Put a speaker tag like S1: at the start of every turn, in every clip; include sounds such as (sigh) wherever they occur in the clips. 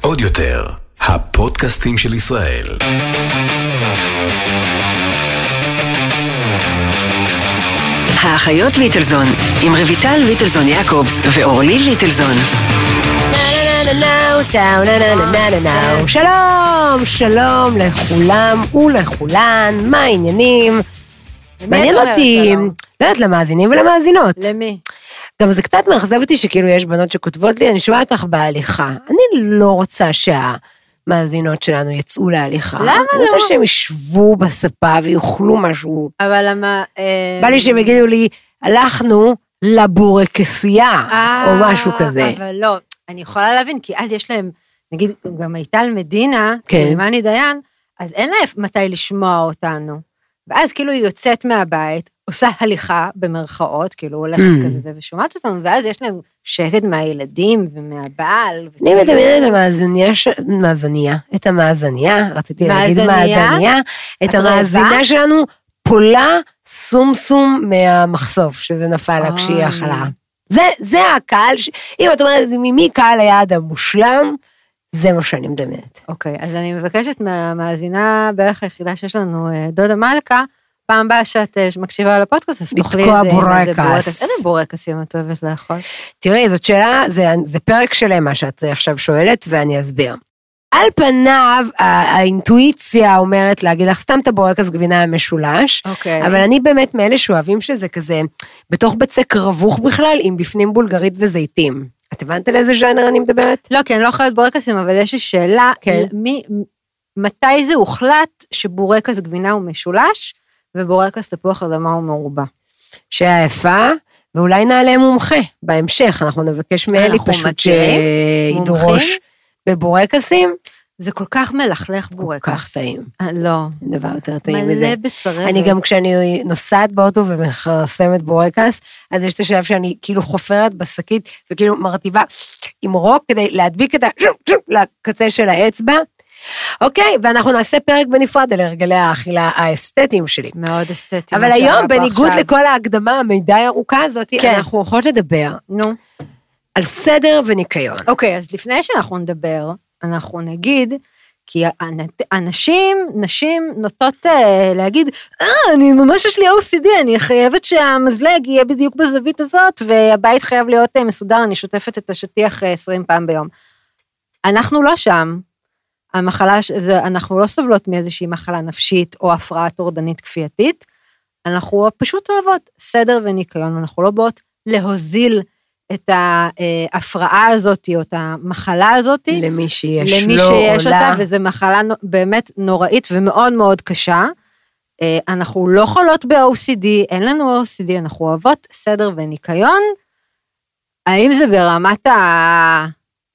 S1: עוד יותר, הפודקאסטים של ישראל.
S2: האחיות ליטלזון, עם רויטל ליטלזון יעקובס ואורלי ליטלזון.
S3: טאו-נה-נה-נאו, טאו-נה-נה-נה-נאו. שלום, שלום לכולם ולכולן, מה העניינים?
S4: למי את
S3: מעניין
S4: אומרת
S3: אותי,
S4: שלום?
S3: לא יודעת למאזינים ולמאזינות.
S4: למי?
S3: גם זה קצת מאכזב אותי שכאילו יש בנות שכותבות לי, אני שומעת אותך בהליכה. אני לא רוצה שהמאזינות שלנו יצאו להליכה.
S4: למה
S3: אני רוצה
S4: לא?
S3: שהם ישבו בספה ויאכלו משהו.
S4: אבל למה... אה,
S3: בא לי שהם יגידו לי, הלכנו לבורקסייה,
S4: אה,
S3: או משהו כזה.
S4: אבל לא, אני יכולה להבין, כי אז יש להם, נגיד, גם מיטל מדינה,
S3: כן.
S4: סלימני דיין, אז אין לה מתי לשמוע אותנו. ואז כאילו היא יוצאת מהבית, עושה הליכה, במרכאות, כאילו הולכת
S3: Mm.
S4: כזה זה ושומעת אותנו, ואז יש להם שקט מהילדים ומהבעל.
S3: אני
S4: וכאילו-
S3: מדמיינת את המאזניה, ש- מאזניה, את המאזניה, רציתי להגיד
S4: מאזניה?
S3: מאזניה, את
S4: את רעבה?
S3: המאזינה שלנו פולה סומסום מהמחשוף, שזה נפל לה
S4: אוי.
S3: כשהיא אכלה. זה, זה הקהל, ש... אם את אומרת, ממי קהל היעד המושלם, זה מה שאני מדמיינת.
S4: אוקיי, אז אני מבקשת מהמאזינה בערך היחידה שיש לנו, אה, דודה מלכה, פעם הבאה שאת אה, מקשיבה לפודקאסט, אז
S3: לתקוע
S4: תאכלי את זה. עם איזה
S3: בורקס.
S4: איזה בורקסים את אוהבת לאכול?
S3: תראי, זאת שאלה, זה, זה פרק שלם מה שאת עכשיו שואלת, ואני אסביר. על פניו, הא- האינטואיציה אומרת להגיד לך, סתם את הבורקס גבינה המשולש,
S4: אוקיי.
S3: אבל אני באמת מאלה שאוהבים שזה כזה, בתוך בצק רווח בכלל, עם בפנים בולגרית וזיתים. את הבנת על איזה ז'אנר אני מדברת?
S4: לא, כי אני לא אוכלת בורקסים, אבל יש לי שאלה,
S3: כן.
S4: מי, מתי זה הוחלט שבורקס גבינה הוא משולש, ובורקס תפוח אדמה הוא מרובע?
S3: שאלה יפה, ואולי נעלה מומחה בהמשך, אנחנו נבקש מאלי
S4: אנחנו
S3: פשוט אה,
S4: מכירים?
S3: שידרוש
S4: מומחים?
S3: בבורקסים,
S4: זה כל כך מלכלך בורקס.
S3: כך טעים.
S4: אה, לא.
S3: דבר יותר טעים מזה.
S4: מלא בצרבת.
S3: אני גם כשאני נוסעת באוטו ומכרסמת בורקס, אז יש את השלב שאני כאילו חופרת בשקית וכאילו מרטיבה עם רוק כדי להדביק את ה... לקצה של האצבע. אוקיי, ואנחנו נעשה פרק בנפרד על הרגלי האכילה האסתטיים שלי.
S4: מאוד אסתטי. מה
S3: אבל
S4: שהיה
S3: היום,
S4: פה
S3: בניגוד
S4: עכשיו.
S3: לכל ההקדמה המידע הארוכה הזאת,
S4: כן.
S3: אנחנו הולכות לדבר
S4: נו.
S3: על סדר וניקיון.
S4: אוקיי, אז לפני שאנחנו נדבר, אנחנו נגיד, כי האנ- אנשים, נשים נוטות אה, להגיד, אה, אני ממש יש לי OCD, אני חייבת שהמזלג יהיה בדיוק בזווית הזאת, והבית חייב להיות אה, מסודר, אני שוטפת את השטיח אה, 20 פעם ביום. אנחנו לא שם. המחלה, ש- זה, אנחנו לא סובלות מאיזושהי מחלה נפשית או הפרעה טורדנית כפייתית, אנחנו פשוט אוהבות סדר וניקיון, אנחנו לא באות להוזיל את ההפרעה הזאת, או את המחלה הזאת,
S3: למי שיש לו
S4: למי שיש אותה, וזו מחלה נו- באמת נוראית ומאוד מאוד קשה. אה, אנחנו לא חולות ב-OCD, אין לנו OCD, אנחנו אוהבות סדר וניקיון. האם זה ברמת ה...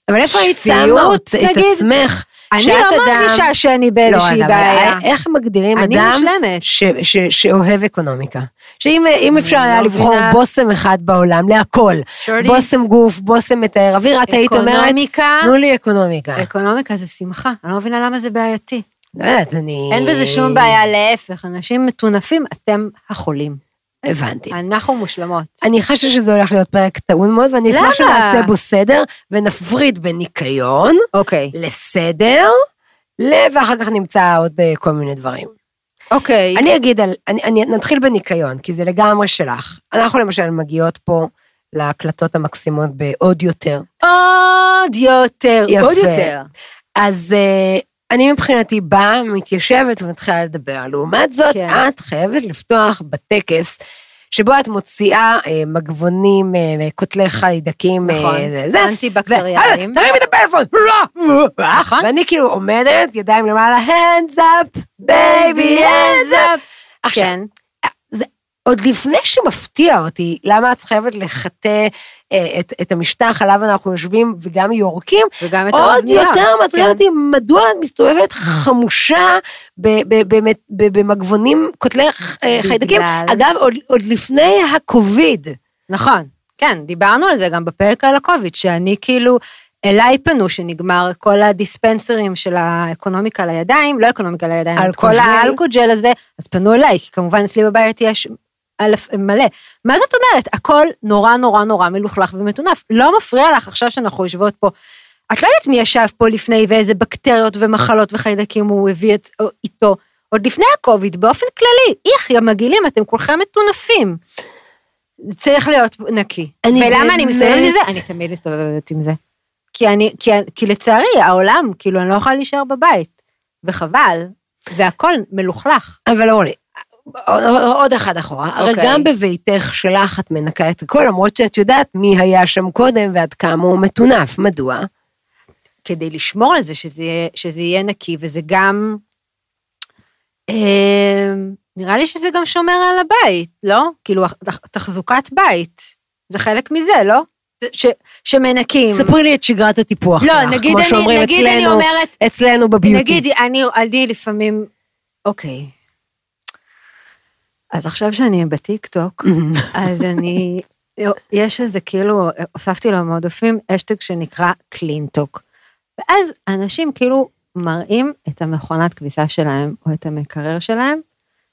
S3: אבל איפה היית שמה
S4: שפיות,
S3: את- את
S4: נגיד?
S3: עצמך?
S4: אני
S3: שאת
S4: לא
S3: אדם-
S4: מרגישה שאני באיזושהי
S3: לא, אבל
S4: בעיה.
S3: איך מגדירים
S4: אני
S3: אדם
S4: מושלמת.
S3: ש, ש, שאוהב אקונומיקה. שאם אם אפשר
S4: אני
S3: היה
S4: לא
S3: לבחור
S4: מבינה.
S3: בושם אחד בעולם, להכל,
S4: שורלי,
S3: בושם גוף, בושם מתאר אוויר, את היית אומרת,
S4: אקונומיקה,
S3: תנו לי אקונומיקה.
S4: אקונומיקה זה שמחה, אני לא מבינה למה זה בעייתי.
S3: לא יודעת, אני...
S4: אין בזה שום בעיה, להפך, אנשים מטונפים, אתם החולים.
S3: הבנתי.
S4: אנחנו מושלמות.
S3: אני חשה שזה הולך להיות פרק טעון מאוד, ואני אשמח
S4: למה?
S3: שנעשה בו סדר, ונפריד בין ניקיון
S4: אוקיי.
S3: לסדר, ל- ואחר כך נמצא עוד אה, כל מיני דברים.
S4: אוקיי.
S3: אני אגיד על, אני, אני, נתחיל בניקיון, כי זה לגמרי שלך. אנחנו למשל מגיעות פה להקלטות המקסימות בעוד יותר.
S4: עוד יותר,
S3: יפה.
S4: עוד יותר.
S3: אז אה, אני מבחינתי באה, מתיישבת ומתחילה לדבר. לעומת זאת,
S4: כן.
S3: את חייבת לפתוח בטקס. שבו את מוציאה אה, מגבונים, אה, קוטלי חיידקים,
S4: נכון.
S3: אה, זה, זה,
S4: אנטי-בקטריאליים.
S3: ו- אה, תרימי את הפלאפון, לא!
S4: נכון.
S3: ואני כאילו עומדת, ידיים למעלה, hands up, baby, hands up. עכשיו,
S4: כן.
S3: עוד לפני שמפתיע אותי למה את חייבת לחטא אה, את, את המשטח עליו אנחנו יושבים וגם יורקים,
S4: וגם את
S3: עוד
S4: האוזניות.
S3: יותר מטריד
S4: כן.
S3: אותי מדוע את מסתובבת חמושה ב- ב- באמת- ב- במגבונים קוטלי ח- אה,
S4: בגלל-
S3: חיידקים. אגב, עוד, עוד לפני הקוביד.
S4: נכון, כן, דיברנו על זה גם בפרק על הקוביד, שאני כאילו, אליי פנו שנגמר כל הדיספנסרים של האקונומיקה לידיים, לא אקונומיקה לידיים, את כל
S3: אלכוג'ל.
S4: האלכוג'ל הזה, אז פנו אליי, כי כמובן אצלי בבית יש אלף, מלא. מה זאת אומרת? הכל נורא נורא נורא מלוכלך ומטונף. לא מפריע לך עכשיו שאנחנו יושבות פה. את לא יודעת מי ישב פה לפני ואיזה בקטריות ומחלות וחיידקים הוא הביא את, או- איתו. עוד לפני הקוביד, באופן כללי, איך, יא מגעילים, אתם כולכם מטונפים. צריך להיות נקי.
S3: אני
S4: ולמה אני
S3: באמת-
S4: מסתובבת עם זה? אני תמיד מסתובבת עם זה. כי אני, כי, כי לצערי, העולם, כאילו, אני לא יכולה להישאר בבית. וחבל, והכל מלוכלך.
S3: אבל אורלי, עוד- עוד- עוד אחד אחורה. הרי
S4: אוקיי.
S3: גם בביתך שלך את מנקה את הכל, למרות שאת יודעת מי היה שם קודם ועד כמה הוא מטונף. מדוע?
S4: כדי לשמור על זה, שזה, יהיה- שזה יהיה נקי, וזה גם... אה, נראה לי שזה גם שומר על הבית, לא? כאילו, תח- תחזוקת בית, זה חלק מזה, לא? ש, שמנקים.
S3: ספרי לי את שגרת הטיפוח
S4: לא,
S3: שלך,
S4: נגיד
S3: כמו
S4: אני,
S3: שאומרים
S4: נגיד אני
S3: אצלנו,
S4: אומרת,
S3: אצלנו בביוטי.
S4: נגיד, אני, אני לפעמים, אוקיי. אז עכשיו שאני בטיקטוק,
S3: Mm-hmm.
S4: אז אני, יש איזה כאילו, הוספתי לו מעודפים, אשטג שנקרא קלינטוק. ואז אנשים כאילו מראים את המכונת כביסה שלהם, או את המקרר שלהם,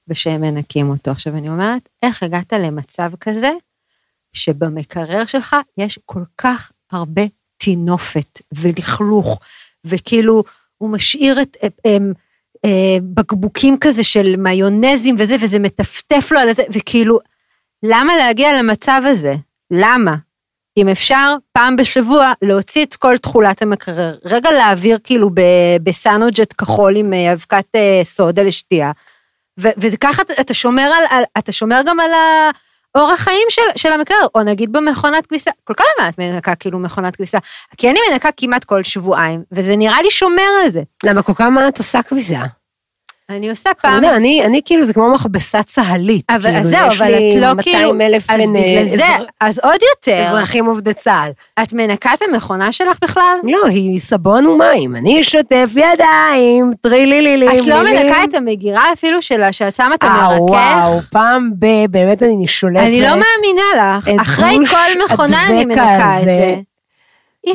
S4: ושהם מנקים אותו. עכשיו אני אומרת, איך הגעת למצב כזה, שבמקרר שלך יש כל כך הרבה טינופת ולכלוך, וכאילו, הוא משאיר את... אה, אה, אה, בקבוקים כזה של מיונזים וזה, וזה מטפטף לו על זה, וכאילו, למה להגיע למצב הזה? למה? אם אפשר, פעם בשבוע להוציא את כל תכולת המקרר. רגע להעביר כאילו ב- בסנוג'ט כחול עם אה, אבקת אה, סודה לשתייה. ו- וככה אתה- אתה שומר, על, על, אתה שומר גם על האורח חיים של, של המקרר, או נגיד במכונת כביסה. כל כמה זמן את מנקה כאילו מכונת כביסה? כי אני מנקה כמעט כל שבועיים, וזה נראה לי שומר על זה.
S3: למה כל כמה את עושה כביסה?
S4: אני עושה
S3: אתה
S4: פעם
S3: יודע, אני, אני כאילו, זה כמו מכבסה צהלית.
S4: אבל
S3: כאילו,
S4: אז זהו,
S3: יש
S4: אבל
S3: לי
S4: את לא כאילו-
S3: 200 אלף
S4: אז בגלל זה, אה. אז עוד יותר.
S3: אזרחים עובדי צה"ל.
S4: את מנקה את המכונה שלך בכלל?
S3: לא, היא סבון ומים, אני שוטף ידיים, טרילילילים.
S4: את לא
S3: אה, מילים.
S4: מנקה את המגירה אפילו שלה, שאת שמה את
S3: אה, וואו,
S4: המרכך?
S3: פעם ב... באמת אני שולפת.
S4: אני לא מאמינה לך.
S3: את
S4: אחרי
S3: גוש
S4: כל מכונה אני
S3: הדבקה
S4: מנקה את
S3: הזה.
S4: זה.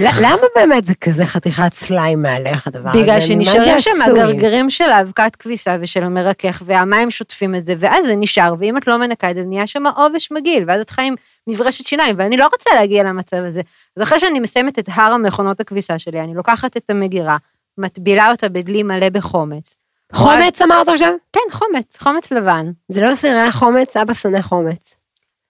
S4: איך?
S3: ל- למה באמת זה כזה חתיכת סליים מעליך, הדבר הזה?
S4: בגלל
S3: אני- מה זה
S4: שנשארים שם
S3: עשוי?
S4: הגרגרים של האבקת כביסה ושל המרכך, והמים שוטפים את זה, ואז זה נשאר, ואם את לא מנקה את זה, נהיה שם עובש מגעיל, ואז את חיה עם מברשת שיניים, ואני לא רוצה להגיע למצב הזה. אז אחרי שאני מסיימת את הר המכונות הכביסה שלי, אני לוקחת את המגירה, מטבילה אותה בדלי מלא בחומץ.
S3: חומץ אמרת עכשיו?
S4: כן, חומץ, חומץ לבן.
S3: זה לא סירי החומץ, אבא שונא חומץ.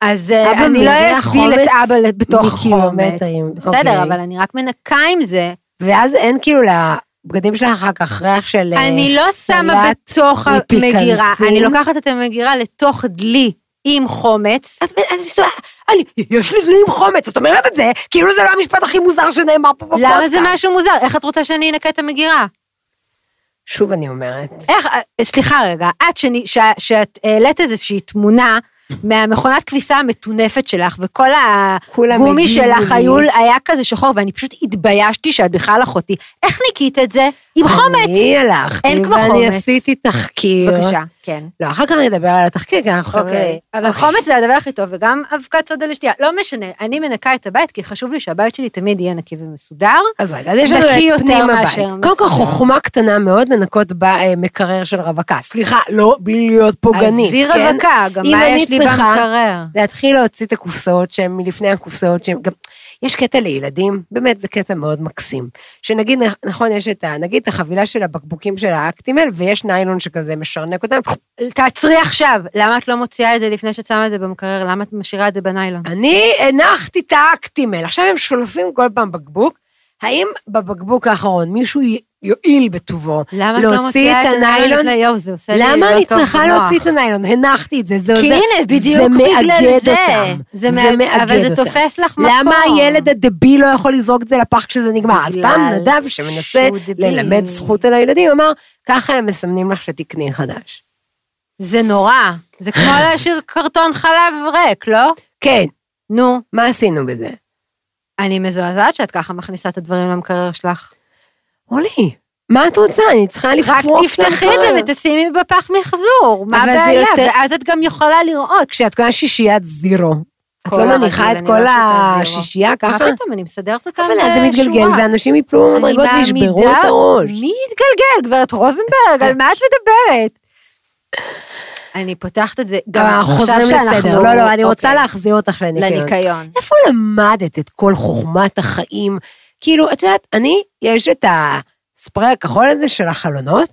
S4: אז אה,
S3: אבא
S4: אני לא
S3: מייבא
S4: אטביל את
S3: חומץ
S4: אבא בתוך חומץ.
S3: מקילומטרים, אוקיי.
S4: בסדר, אבל אני רק מנקה עם זה.
S3: ואז אין כאילו לבגדים שלך אחר כך ריח של אה,
S4: אני לא שמה
S3: סלט.
S4: בתוך
S3: מפיקנסין.
S4: המגירה, אני לוקחת את המגירה לתוך דלי עם חומץ.
S3: את- את מסתובבת, אני, יש לי דלי עם חומץ, את אומרת את זה, כאילו זה לא המשפט הכי מוזר שנאמר פה בפודקאסט.
S4: למה זה משהו מוזר? איך את רוצה שאני אנקה את המגירה?
S3: שוב אני אומרת.
S4: איך, אה, סליחה רגע, את שני- ש- שאת העלית איזושהי תמונה מהמכונת כביסה המטונפת שלך, וכל
S3: כולם
S4: הגומי
S3: הגיבו
S4: שלך
S3: לי.
S4: היו- היה כזה שחור, ואני פשוט התביישתי שאת בכלל אחותי. איך ניקית את זה? עם חומץ.
S3: אני הלכתי,
S4: אין כבר
S3: ואני
S4: חומץ.
S3: עשיתי תחקיר.
S4: בבקשה, כן.
S3: לא, אחר כך נדבר על התחקיר, כי אנחנו...
S4: אוקיי, אבל חומץ זה הדבר הכי טוב, וגם אבקת סודה לשתייה. לא משנה, אני מנקה את הבית, כי חשוב לי שהבית שלי תמיד יהיה נקי ומסודר.
S3: אז רגע, אז יש לנו
S4: נקי
S3: את
S4: יותר
S3: פנים הבית.
S4: מאשר
S3: קודם כל
S4: מסודר.
S3: חוכמה קטנה מאוד לנקות במקרר של רווקה. סליחה, לא, בלי להיות פוגענית.
S4: עזבי
S3: כן?
S4: רווקה, גם
S3: אם
S4: מה
S3: אני
S4: יש לי
S3: צריכה-
S4: במקרר.
S3: להתחיל להוציא את הקופסאות שהן מלפני הקופסאות שהן גם... יש קטע לילדים, באמת זה קטע מאוד מקסים. שנגיד, נכון, יש את ה... נגיד את החבילה של הבקבוקים של האקטימל, ויש ניילון שכזה משרנק אותם.
S4: תעצרי עכשיו, למה את לא מוציאה את זה לפני שאת שמה את זה במקרר? למה את משאירה את זה בניילון?
S3: אני הנחתי את האקטימל, עכשיו הם שולפים כל פעם בקבוק. האם בבקבוק האחרון מישהו י- יועיל בטובו
S4: למה את לא מוציאה את הניילון לפני יום? זה עושה לי לא טוב
S3: למה אני
S4: במוח.
S3: צריכה להוציא את הניילון? הנחתי את זה, זה
S4: כי
S3: עוזר.
S4: הנה, בדיוק
S3: זה
S4: בגלל
S3: מאגד
S4: זה.
S3: אותם.
S4: זה
S3: זה
S4: מאג-
S3: מאגד
S4: אבל זה
S3: אותם.
S4: תופס לך מקום.
S3: למה הילד הדביל לא יכול לזרוק את זה לפח כשזה נגמר? אז
S4: בגלל
S3: פעם נדב, שמנסה
S4: שהוא דביל.
S3: ללמד זכות על הילדים, אמר, ככה הם מסמנים לך שתקני חדש.
S4: זה נורא. זה כמו
S3: (coughs)
S4: להשאיר קרטון חלב ריק, לא?
S3: כן,
S4: נו,
S3: מה עשינו בזה?
S4: אני מזועזעת שאת ככה מכניסה את הדברים למקרר שלך.
S3: עולי, מה את רוצה? אני צריכה
S4: רק
S3: לפרוק
S4: תפתחי את זה ותשימי בפח מחזור, מה
S3: אבל זה
S4: הבעיה?
S3: יותר-
S4: ואז את גם יכולה לראות.
S3: כשאת קונה שישיית זירו, את
S4: כל
S3: לא
S4: הרגיל,
S3: מניחה את
S4: אני לא
S3: כל
S4: שותה זירו.
S3: השישייה
S4: מה
S3: ככה?
S4: פתאום, אני מסדרת אותם
S3: אבל אז זה
S4: בשורה.
S3: מתגלגל, ואנשים יפלו
S4: אני
S3: במדרגות וישברו
S4: מעמידה-
S3: את הראש.
S4: מי יתגלגל? גברת רוזנברג, על מה את מדברת? אני פותחת את זה גם
S3: גם אנחנו
S4: עכשיו
S3: אה, חוזרים
S4: שאנחנו...
S3: לסדר. לא, לא, אני רוצה
S4: אוקיי.
S3: להחזיר אותך לניקיון.
S4: לניקיון.
S3: איפה למדת את כל חוכמת החיים? כאילו, את יודעת, אני, יש את הספרי הכחול הזה של החלונות,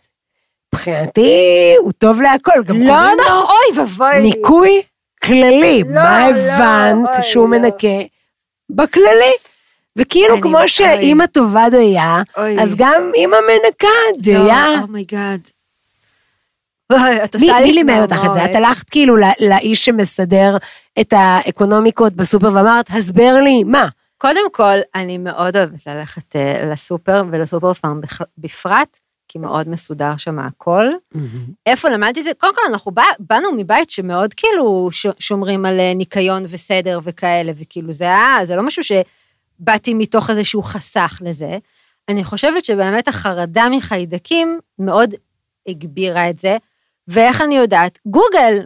S3: מבחינתי הוא טוב להכל, גם
S4: לא
S3: קוראים
S4: נכון,
S3: לו
S4: אוי ואבוי.
S3: ניקוי כללי.
S4: לא,
S3: מה
S4: לא, אוי,
S3: הבנת שהוא
S4: לא.
S3: מנקה? בכללי. וכאילו,
S4: אני-
S3: כמו
S4: אוי.
S3: שאימא טובה דייה,
S4: אוי.
S3: אז גם אימא מנקה
S4: לא,
S3: דייה.
S4: אומייגאד. אוי, את עושה לי
S3: מי, מי לימד
S4: צמרמורת.
S3: אותך את זה? את הלכת כאילו לא- לאיש שמסדר את האקונומיקות בסופר ואמרת, הסבר לי, מה?
S4: קודם כל, אני מאוד אוהבת ללכת אה, לסופר ולסופר פארם בכ- בפרט, כי מאוד מסודר שם הכל. איפה למדתי את זה? קודם כל, אנחנו בא, באנו מבית שמאוד כאילו ש, שומרים על אה, ניקיון וסדר וכאלה, וכאילו זה היה, זה לא משהו שבאתי מתוך איזשהו חסך לזה. אני חושבת שבאמת החרדה מחיידקים מאוד הגבירה את זה, ואיך אני יודעת? גוגל,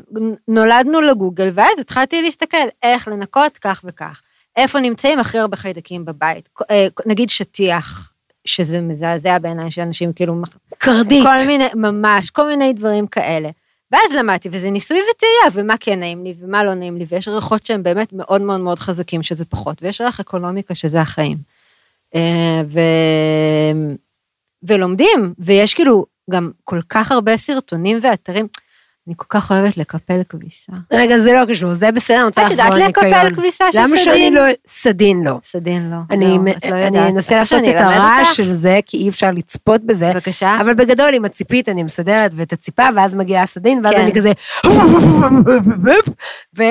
S4: נולדנו לגוגל, ואז התחלתי להסתכל איך לנקות כך וכך. איפה נמצאים הכי הרבה חיידקים בבית? אה, נגיד שטיח, שזה מזעזע בעיניי שאנשים כאילו מח-
S3: קרדית.
S4: כל מיני, ממש, כל מיני דברים כאלה. ואז למדתי, וזה ניסוי וטעייה, ומה כן נעים לי ומה לא נעים לי, ויש ריחות שהם באמת מאוד מאוד מאוד חזקים, שזה פחות, ויש ריח אקונומיקה, שזה החיים. אה, ו... ולומדים, ויש כאילו גם כל כך הרבה סרטונים ואתרים. אני כל כך אוהבת לקפל כביסה.
S3: רגע, זה לא קשור, זה בסדר, אני רוצה
S4: את
S3: לחזור
S4: יודעת לקפל
S3: לניקיון.
S4: כביסה של
S3: למה שאני
S4: סדין?
S3: לא... סדין לא.
S4: סדין לא.
S3: אני
S4: זהו, את לא
S3: אני
S4: יודעת.
S3: אנסה
S4: רוצה
S3: לעשות
S4: שאני
S3: את
S4: אלמד
S3: הרעש
S4: אותך?
S3: של זה, כי אי אפשר לצפות בזה.
S4: בבקשה.
S3: אבל בגדול, עם הציפית אני מסדרת ואת הציפה, ואז מגיעה הסדין, ואז
S4: כן.
S3: אני כזה... (laughs) ו...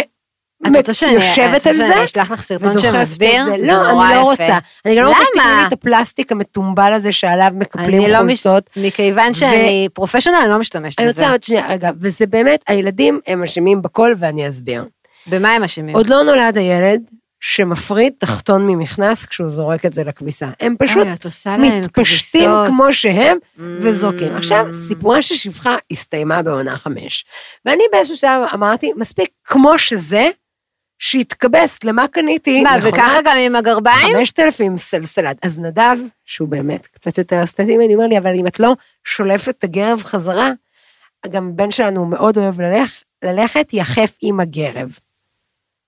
S4: את רוצה שאני- אה, את
S3: יושבת
S4: רוצה
S3: על זה,
S4: שאני אשלח לך סרטון
S3: ודוחפת את
S4: שמסביר?
S3: זה.
S4: זה
S3: לא,
S4: נורא
S3: אני לא
S4: יפה.
S3: רוצה. אני גם לא רוצה שתקנו לי
S4: למה?
S3: את הפלסטיק המטומבל הזה שעליו מקפלים
S4: אני לא מש-
S3: חולצות.
S4: מכיוון שאני פרופשיונל, אני לא משתמשת
S3: אני
S4: בזה.
S3: רוצה עוד שנייה, רגע, וזה באמת, הילדים הם אשמים בכל ואני אסביר.
S4: במה הם אשמים?
S3: עוד לא נולד הילד שמפריד תחתון ממכנס כשהוא זורק את זה לכביסה. הם פשוט
S4: אוי, את עושה אה, להם
S3: מתפשטים
S4: כביסות.
S3: כמו שהם וזורקים.
S4: Mm.
S3: עכשיו, סיפורה של שפחה הסתיימה בעונה חמש. ואני באיזשהו שלב אמרתי, מספיק כמו שזה, שיתקבס, למה קניתי?
S4: מה,
S3: מכונת
S4: וככה גם עם הגרביים?
S3: 5,000 סלסלד. אז נדב, שהוא באמת קצת יותר אסתטי ממני, אומר לי, אבל אם את לא שולפת את הגרב חזרה, גם הבן שלנו מאוד אוהב ללכ, ללכת יחף עם הגרב.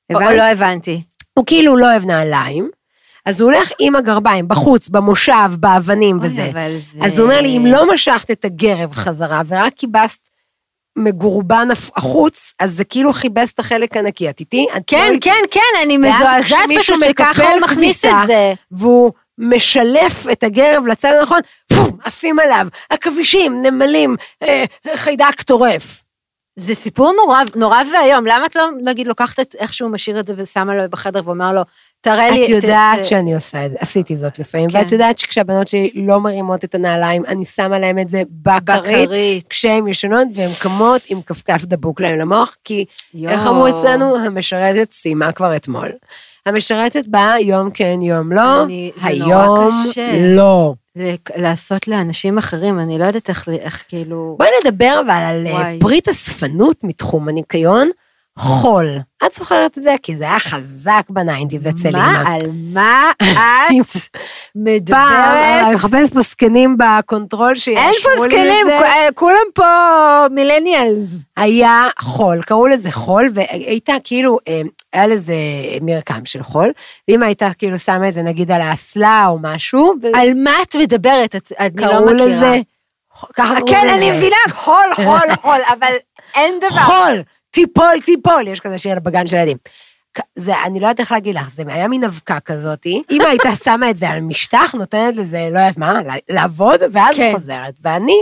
S4: או
S3: הבנת?
S4: לא הבנתי.
S3: הוא כאילו לא אוהב נעליים, אז הוא הולך עם הגרביים, בחוץ, במושב, באבנים
S4: אוי,
S3: וזה.
S4: אבל זה...
S3: אז הוא אומר לי, אם לא משכת את הגרב חזרה ורק כיבסת מגורבן הפ- החוץ, אז זה כאילו כיבס את החלק הנקי. את איתי? את לא
S4: כן,
S3: איתי.
S4: כן, כן, אני
S3: ואז
S4: מזועזעת
S3: כשמישהו
S4: פשוט שככה הוא
S3: מקפל
S4: מכניס
S3: כביסה,
S4: את זה.
S3: והוא משלף את הגרב לצד הנכון, פום, עפים עליו, עכבישים, נמלים, אה, חיידק טורף.
S4: זה סיפור נורא, נורא ואיום, למה את לא, נגיד, לוקחת את איך שהוא משאיר את זה ושמה לו בחדר ואומר לו, תראה לי...
S3: את
S4: ת-
S3: יודעת
S4: ת-
S3: שאני עושה את זה, עשיתי זאת לפעמים,
S4: כן.
S3: ואת יודעת שכשהבנות שלי לא מרימות את הנעליים, אני שמה להם את זה בכרית,
S4: בכרית.
S3: כשהן ישנות והן קמות עם כפכף דבוק להם למוח, כי
S4: יואו.
S3: איך אמרו אצלנו, המשרתת סיימה כבר אתמול. המשרתת באה יום כן, יום לא,
S4: אני- זה נורא
S3: היום
S4: קשה.
S3: לא.
S4: ל- לעשות לאנשים אחרים, אני לא יודעת איך, איך כאילו...
S3: בואי נדבר אבל על
S4: וואי.
S3: וואי. ברית הספנות מתחום הניקיון, חול. את זוכרת את זה? כי זה היה חזק בניינטיז אצל אימא.
S4: מה, על מה (laughs) את
S3: פעם,
S4: מדברת?
S3: אני מחפשת פה זקנים בקונטרול
S4: אין
S3: שיאשרו לי את
S4: פה
S3: זה.
S4: זקנים, כ- אה, כולם פה מילניאלס.
S3: היה חול, קראו לזה חול, והייתה כאילו, אה, היה לזה מרקם של חול, ואמא הייתה כאילו שמה את זה נגיד על האסלה או משהו,
S4: על מה את מדברת? את, אני לא
S3: וקראו
S4: מכירה.
S3: לזה, ככה קראו לזה.
S4: כן, אני מבינה, חול, (laughs) חול, חול, אבל אין דבר.
S3: חול, תיפול, תיפול, יש כזה שיר בגן של ילדים. כ- זה, אני לא יודעת איך להגיד לך, זה היה מין אבקה כזאתי. אמא
S4: (laughs)
S3: הייתה שמה את זה על משטח, נותנת לזה, לא יודעת מה, ל- לעבוד, ואז
S4: כן.
S3: חוזרת. ואני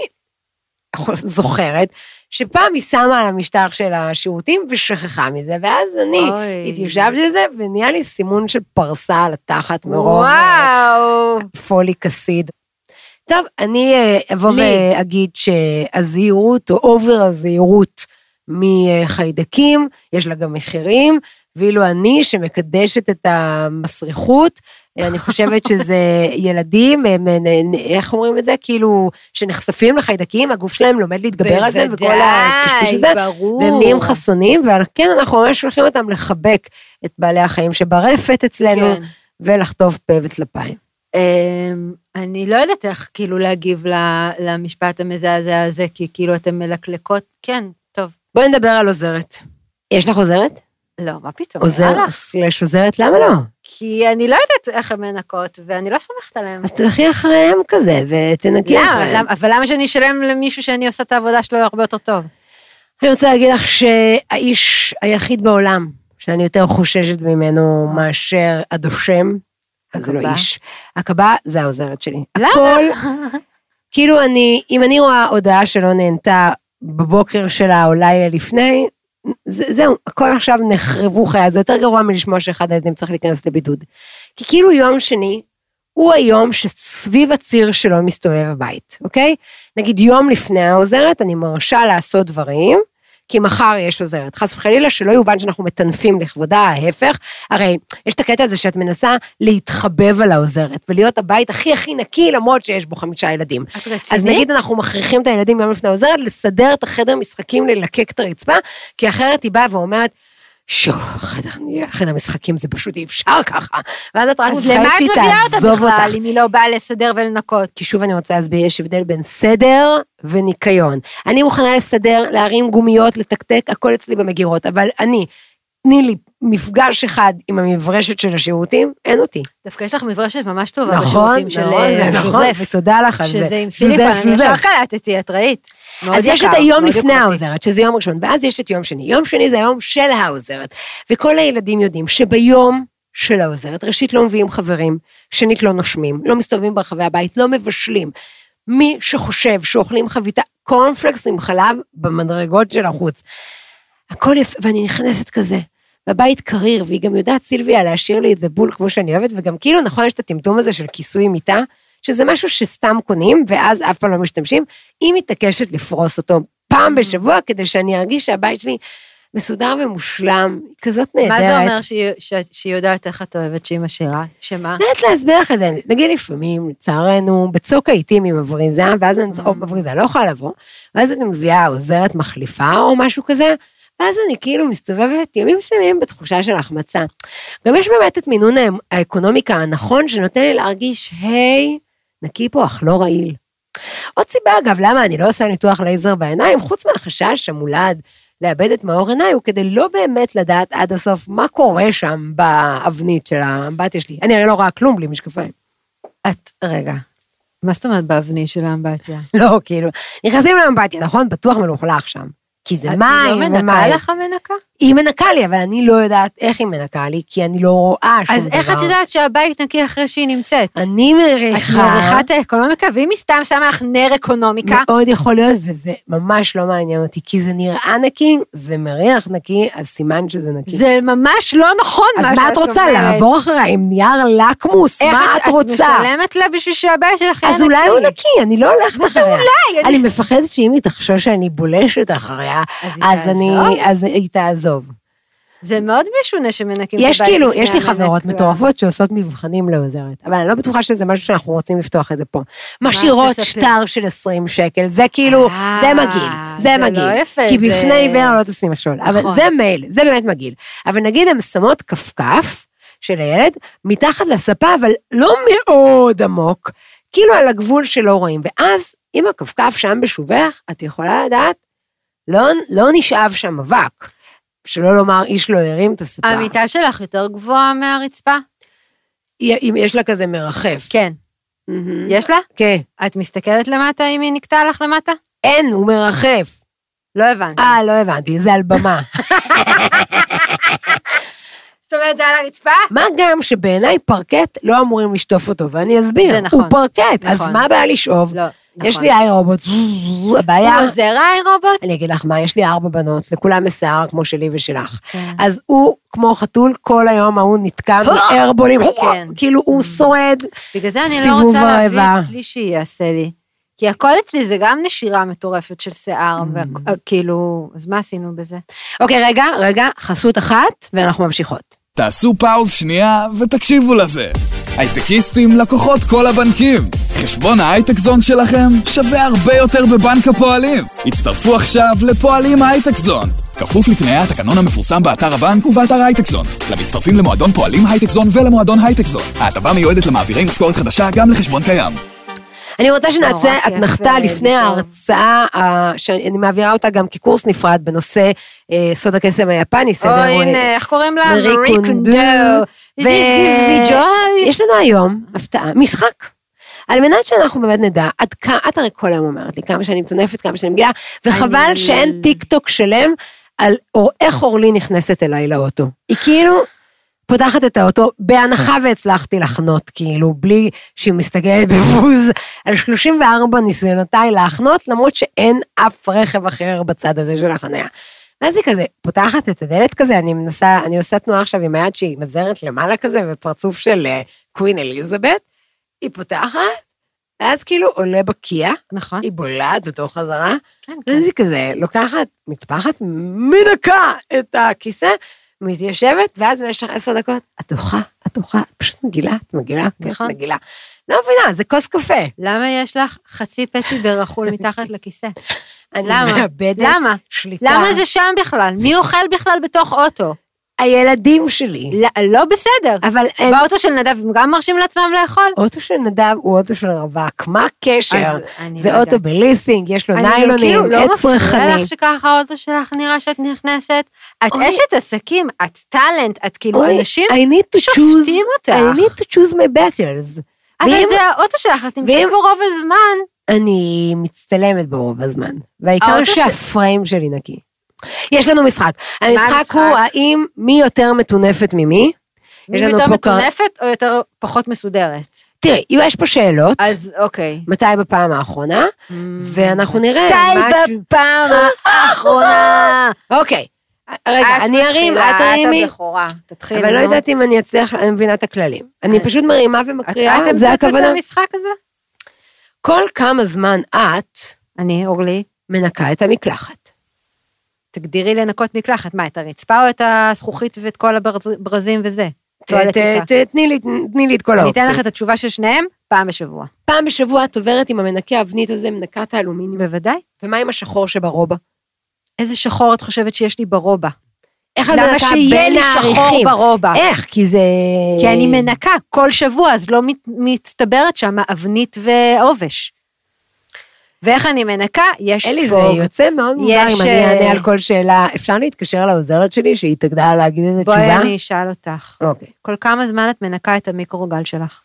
S3: חו- זוכרת שפעם היא שמה על המשטח של השירותים ושכחה מזה, ואז אני
S4: אוי.
S3: התיישבתי לזה, ונהיה לי סימון של פרסה על התחת מרוב אה,
S4: וואו.
S3: פוליק אסיד. טוב, אני אה, אבוא
S4: לי.
S3: ואגיד שהזהירות, או אובר הזהירות מחיידקים, יש לה גם מחירים, ואילו אני, שמקדשת את המסריחות, אה, אני חושבת
S4: (laughs)
S3: שזה ילדים, הם, אה, נ- נ- איך אומרים את זה? כאילו, שנחשפים לחיידקים, הגוף שלהם לומד להתגבר על זה, וכל הקשקוש הזה,
S4: בוודאי, ברור.
S3: והם נהיים חסונים, ועל כן אנחנו ממש שולחים אותם לחבק את בעלי החיים שברפת אצלנו,
S4: כן.
S3: ולחטוף פה וטלפיים.
S4: אמ, אני לא יודעת איך כאילו להגיב ל- למשפט המזעזע הזה, כי כאילו אתן מלקלקות, כן, טוב,
S3: בואי נדבר על עוזרת. יש לך עוזרת? אה.
S4: לא, מה פתאום,
S3: עוזר,
S4: יאללה.
S3: סלש עוזרת, למה לא?
S4: כי אני לא יודעת איך הן מנקות, ואני לא סומכת עליהן.
S3: אז תלכי אחריהם כזה, ותנקי
S4: למה?
S3: אחריהם.
S4: למה- אבל למה שאני אשלם למישהו שאני עושה את העבודה שלו הרבה יותר טוב?
S3: אני רוצה להגיד לך שהאיש היחיד בעולם שאני יותר חוששת ממנו מאשר הדושם, אז זה לא
S4: הכבה.
S3: איש. הקב"א זה העוזרת שלי.
S4: למה?
S3: הכל, כאילו אני, אם אני רואה הודעה שלא נהנתה בבוקר שלה או לילה לפני, זה, זהו, הכל עכשיו נחרבו חיי, זה יותר גרוע מלשמוע שאחד הילדים צריך להיכנס לבידוד. כי כאילו יום שני, הוא היום שסביב הציר שלו מסתובב הבית, אוקיי? נגיד יום לפני העוזרת, אני מרשה לעשות דברים, כי מחר יש עוזרת. חס וחלילה, שלא יובן שאנחנו מטנפים לכבודה, ההפך. הרי יש את הקטע הזה שאת מנסה להתחבב על העוזרת, ולהיות הבית הכי הכי נקי, למרות שיש בו חמישה ילדים.
S4: (laughs) את רצינית?
S3: אז נגיד אנחנו מכריחים את הילדים יום לפני העוזרת לסדר את החדר משחקים, ללקק את הרצפה, כי אחרת היא באה ואומרת, שו, חדר, חדר משחקים זה פשוט אי אפשר ככה. ואז את רק
S4: אז למה
S3: מפחדת
S4: את
S3: שהיא
S4: מביאה אותה
S3: תעזוב
S4: בכלל,
S3: אותך.
S4: אם היא לא באה לסדר ולנקות?
S3: כי שוב אני רוצה להסביר, יש הבדל בין סדר וניקיון. אני מוכנה לסדר, להרים גומיות, לתקתק, הכל אצלי במגירות, אבל אני, תני לי מפגש אחד עם המברשת של השירותים, אין אותי.
S4: דווקא יש לך מברשת ממש טובה
S3: נכון,
S4: בשירותים של
S3: נכון,
S4: אה,
S3: זה נכון,
S4: שוזף.
S3: ותודה לך על זה.
S4: שזה עם
S3: שוזף,
S4: סיליקון, אני
S3: שוזף.
S4: ישר קלטתי, את ראית. מאוד
S3: אז יש את
S4: יקר,
S3: היום
S4: מאוד
S3: לפני
S4: יוקרתי.
S3: העוזרת, שזה יום ראשון, ואז יש את יום שני. יום שני זה היום של העוזרת. וכל הילדים יודעים שביום של העוזרת, ראשית לא מביאים חברים, שנית לא נושמים, לא מסתובבים ברחבי הבית, לא מבשלים. מי שחושב שאוכלים חביתה קורנפלקס עם חלב במדרגות של החוץ. הכל יפה, ואני נכנסת כזה. בבית קריר, והיא גם יודעת, סילביה, להשאיר לי את זה בול כמו שאני אוהבת, וגם כאילו, נכון, יש את הטמטום הזה של כיסוי מיטה, שזה משהו שסתם קונים, ואז אף פעם לא משתמשים. היא מתעקשת לפרוס אותו
S4: Mm-hmm.
S3: פעם בשבוע, כדי שאני ארגיש שהבית שלי מסודר ומושלם, היא כזאת נהדרת.
S4: מה זה אומר שהיא- ש- שהיא יודעת איך את אוהבת שהיא משאירה? שמה?
S3: אני יודעת להסביר לך את זה, נגיד לפעמים, לצערנו, בצוק העיתים היא מבריזה, ואז אני, או מבריזה, לא יכולה לבוא, ואז אני מביאה עוזרת מחליפה או משהו כזה, ואז אני כאילו מסתובבת ימים שלמים בתחושה של החמצה. גם יש באמת את מינון האמ- האקונומיקה הנכון, שנותן לי להרגיש, היי, נקי פה אך לא רעיל. עוד סיבה, אגב, למה אני לא עושה ניתוח לייזר בעיניים, חוץ מהחשש המולד לאבד את מאור עיניי, הוא כדי לא באמת לדעת עד הסוף מה קורה שם באבנית של האמבטיה שלי. אני הרי לא רואה כלום בלי משקפיים. (laughs)
S4: את, רגע, מה זאת אומרת באבני של האמבטיה?
S3: לא, כאילו, נכנסים לאמבטיה, נכון? בטוח מלוכלך שם. כי זה
S4: את
S3: מים
S4: לא מנקה
S3: ומים.
S4: לך מנקה?
S3: היא מנקה לי, אבל אני לא יודעת איך היא מנקה לי, כי אני לא רואה שום
S4: אז
S3: דבר.
S4: איך את יודעת שהבית נקי אחרי שהיא נמצאת?
S3: אני
S4: את
S3: מריחה.
S4: מעריכה את האקונומיקה, ואם היא סתם שמה לך נר אקונומיקה,
S3: מאוד יכול להיות, וזה ממש לא מעניין אותי, כי זה נראה נקי, זה מריח נקי, אז סימן שזה נקי.
S4: זה ממש לא נכון מה
S3: אז
S4: שאת
S3: מה את רוצה,
S4: אומרת.
S3: לעבור אחריה עם נייר לקמוס?
S4: איך
S3: מה את רוצה?
S4: את משלמת לה בשביל שהבית שלך יהיה
S3: אז אולי הוא נקי, אני לא הולכת אחריה.
S4: אולי?
S3: אני מפחדת שאם היא תחשוב שאני בולשת אחריה,
S4: אז היא
S3: אז
S4: תעזוב?
S3: אני, אז היא תעזוב.
S4: זה מאוד משונה שמנקים את הבית
S3: יש כאילו,
S4: לפני כן.
S3: יש לי
S4: המנקה.
S3: חברות מטורפות שעושות מבחנים לעוזרת, אבל אני לא בטוחה שזה משהו שאנחנו רוצים לפתוח את זה פה. משאירות
S4: תספרי?
S3: שטר של 20 שקל, זה כאילו,
S4: אה,
S3: זה מגעיל, זה
S4: זה לא
S3: מגעיל.
S4: יפה,
S3: כי
S4: זה-
S3: בפני עיוור לא תשים מכשול, אבל
S4: נכון.
S3: זה מייל, זה באמת מגעיל. אבל נגיד הן שמות כפכף של הילד מתחת לספה, אבל לא מאוד עמוק, כאילו על הגבול שלא רואים, ואז אם הכפכף שם בשובך, את יכולה לדעת, לא, לא נשאב שם אבק. שלא לומר, איש לא הרים את הספה.
S4: המיטה שלך יותר גבוהה מהרצפה?
S3: היא- אם יש לה כזה מרחף.
S4: כן.
S3: מהמם.
S4: יש לה?
S3: כן.
S4: את מסתכלת למטה אם היא נקטעה לך למטה?
S3: אין, הוא מרחף.
S4: לא הבנתי.
S3: אה, לא הבנתי, זה על
S4: (laughs)
S3: במה.
S4: זאת אומרת, זה על הרצפה?
S3: מה גם שבעיניי פרקט לא אמורים לשטוף אותו, ואני אסביר.
S4: זה נכון.
S3: הוא פרקט, אז
S4: נכון.
S3: מה הבעיה לשאוב?
S4: לא, נכון.
S3: יש לי איי רובוט, זוז, הבעיה...
S4: הוא לא עוזר האירובוט?
S3: אני אגיד לך מה, יש לי ארבע בנות, לכולם יש שיער כמו שלי ושלך.
S4: כן.
S3: אז הוא, כמו חתול, כל היום ההוא
S4: (laughs)
S3: נתקע בהרבולים,
S4: כן.
S3: כאילו הוא שורד.
S4: בגלל זה אני לא
S3: סיבוב
S4: רוצה להביא
S3: הרבע.
S4: אצלי שיעשה לי. כי הכל אצלי זה גם נשירה מטורפת של שיער, וכאילו, אז מה עשינו בזה?
S3: אוקיי, רגע, רגע, חסות אחת, ואנחנו ממשיכות.
S5: תעשו פאוז שנייה ותקשיבו לזה. הייטקיסטים לקוחות כל הבנקים. חשבון ההייטק זון שלכם שווה הרבה יותר בבנק הפועלים. הצטרפו עכשיו לפועלים הייטק זון. כפוף לתנאי התקנון המפורסם באתר הבנק ובאתר הייטק זון. למצטרפים למועדון פועלים הייטק זון ולמועדון הייטק זון. ההטבה מיועדת למעבירי משכורת חדשה גם לחשבון קיים.
S3: אני רוצה שנעשה
S4: נורא כיף,
S3: אתנחתה
S4: אה,
S3: לפני
S4: לישון.
S3: ההרצאה, אה, שאני מעבירה אותה גם כקורס נפרד בנושא אה, סוד הקסם היפני,
S4: או
S3: סדר... אה,
S4: הנה, איך קוראים לה?
S3: מארי
S4: מארי
S3: קונדו.
S4: קונדו.
S3: ו-
S4: This gives me joy.
S3: יש לנו היום הפתעה, משחק. על מנת שאנחנו באמת נדע, עד כמה, את הרי כל היום אומרת לי כמה שאני מטונפת, כמה שאני מגיעה, וחבל
S4: אני-
S3: שאין טיק טוק שלם על אור, איך אורלי נכנסת אליי לאוטו. היא כאילו פותחת את האוטו, בהנחה והצלחתי לחנות, כאילו, בלי שהיא מסתכלת בבוז על 34 ניסיונותיי להחנות, למרות שאין אף רכב אחר בצד הזה של החניה. ואז היא כזה פותחת את הדלת כזה, אני מנסה, אני עושה תנועה עכשיו עם היד שהיא מזרת למעלה כזה, ופרצוף של אה, קווין אליזבת, היא פותחת, ואז כאילו עולה בקיע,
S4: נכון.
S3: היא בולעת אותו חזרה,
S4: כן, כן.
S3: ואז היא כזה לוקחת מטפחת, מנקה את הכיסא, מתיישבת, ואז במשך עשר דקות, את דוחה, את דוחה, את פשוט מגילה, את מגילה, את
S4: נכון.
S3: מגילה. לא מבינה, זה כוס קפה.
S4: למה יש לך חצי פטי ברחול מתחת לכיסא?
S3: אני
S4: למה?
S3: מאבדת
S4: למה?
S3: (laughs) שליטה.
S4: למה זה שם בכלל? מי אוכל בכלל בתוך אוטו?
S3: הילדים שלי.
S4: לא- לא בסדר.
S3: אבל הם...
S4: באוטו של נדב הם גם מרשים לעצמם לאכול?
S3: אוטו של נדב הוא אוטו של רווק, מה הקשר?
S4: אז אני לא
S3: זה אוטו
S4: יודעת.
S3: בליסינג, יש לו
S4: אני גם
S3: ניילונים,
S4: כאילו
S3: אוקיי, עץ
S4: לא מפריע
S3: רכני.
S4: לך שככה האוטו שלך נראה שאת נכנסת? את
S3: אוי.
S4: אשת עסקים, את טאלנט, את כאילו
S3: אוי,
S4: אנשים,
S3: I need to choose,
S4: שופטים
S3: I
S4: אותך.
S3: need to choose my battles. ואם-
S4: אבל זה האוטו שלך, את נמצאת
S3: ואם-
S4: בו רוב הזמן.
S3: אני מצטלמת ברוב הזמן, והעיקר
S4: האוטו ש-
S3: שהפריים שלי נקי. יש לנו משחק. המשחק
S4: המשחק?
S3: הוא האם מי יותר מטונפת ממי. יש
S4: מי
S3: לנו
S4: יותר
S3: פה כר-
S4: מטונפת או יותר פחות מסודרת?
S3: תראי, יש פה שאלות,
S4: אז
S3: (laughs)
S4: אוקיי.
S3: מתי בפעם האחרונה, ואנחנו נראה
S4: מתי בפעם האחרונה?
S3: (laughs) אוקיי. רגע,
S4: את
S3: אני ארים,
S4: מתחילה,
S3: את תרימי.
S4: את הבכורה, תתחילי.
S3: אבל לא
S4: נו.
S3: יודעת אם אני אצליח, אני מבינה את הכללים. אני
S4: אה.
S3: פשוט מרימה
S4: את
S3: ומקריאה,
S4: את
S3: זה
S4: המצאת את
S3: הכוונה.
S4: המשחק הזה?
S3: כל כמה זמן את
S4: אני, אורלי.
S3: מנקה את המקלחת.
S4: תגדירי לנקות מקלחת, מה, את הרצפה או את הזכוכית ואת כל הברזים וזה? טואלטיקה.
S3: ת- ת- תני לי- תני לי את כל
S4: אני
S3: האופציות.
S4: אתן לך את התשובה של שניהם פעם בשבוע.
S3: פעם בשבוע את עוברת עם המנקה האבנית הזה, מנקה את האלומיניום.
S4: בוודאי.
S3: ומה עם השחור שברובע?
S4: איזה שחור את חושבת שיש לי ברובע?
S3: איך את
S4: למה
S3: מנקה
S4: שיהיה
S3: בין
S4: לי שחור
S3: העריכים? אה.
S4: ברובע?
S3: איך? כי זה...
S4: כי אני מנקה כל שבוע, אז לא מת, מצטברת שם אבנית ועובש. ואיך אני מנקה? יש
S3: אלי, זה
S4: ספוג.
S3: יוצא מאוד מוזר
S4: יש,
S3: אם אני אענה
S4: אה,
S3: על כל שאלה. אפשר להתקשר לעוזרת שלי שהיא תגדל להגיד איזה תשובה?
S4: בואי אני אשאל אותך.
S3: אוקיי.
S4: כל כמה זמן את מנקה את המיקרוגל שלך?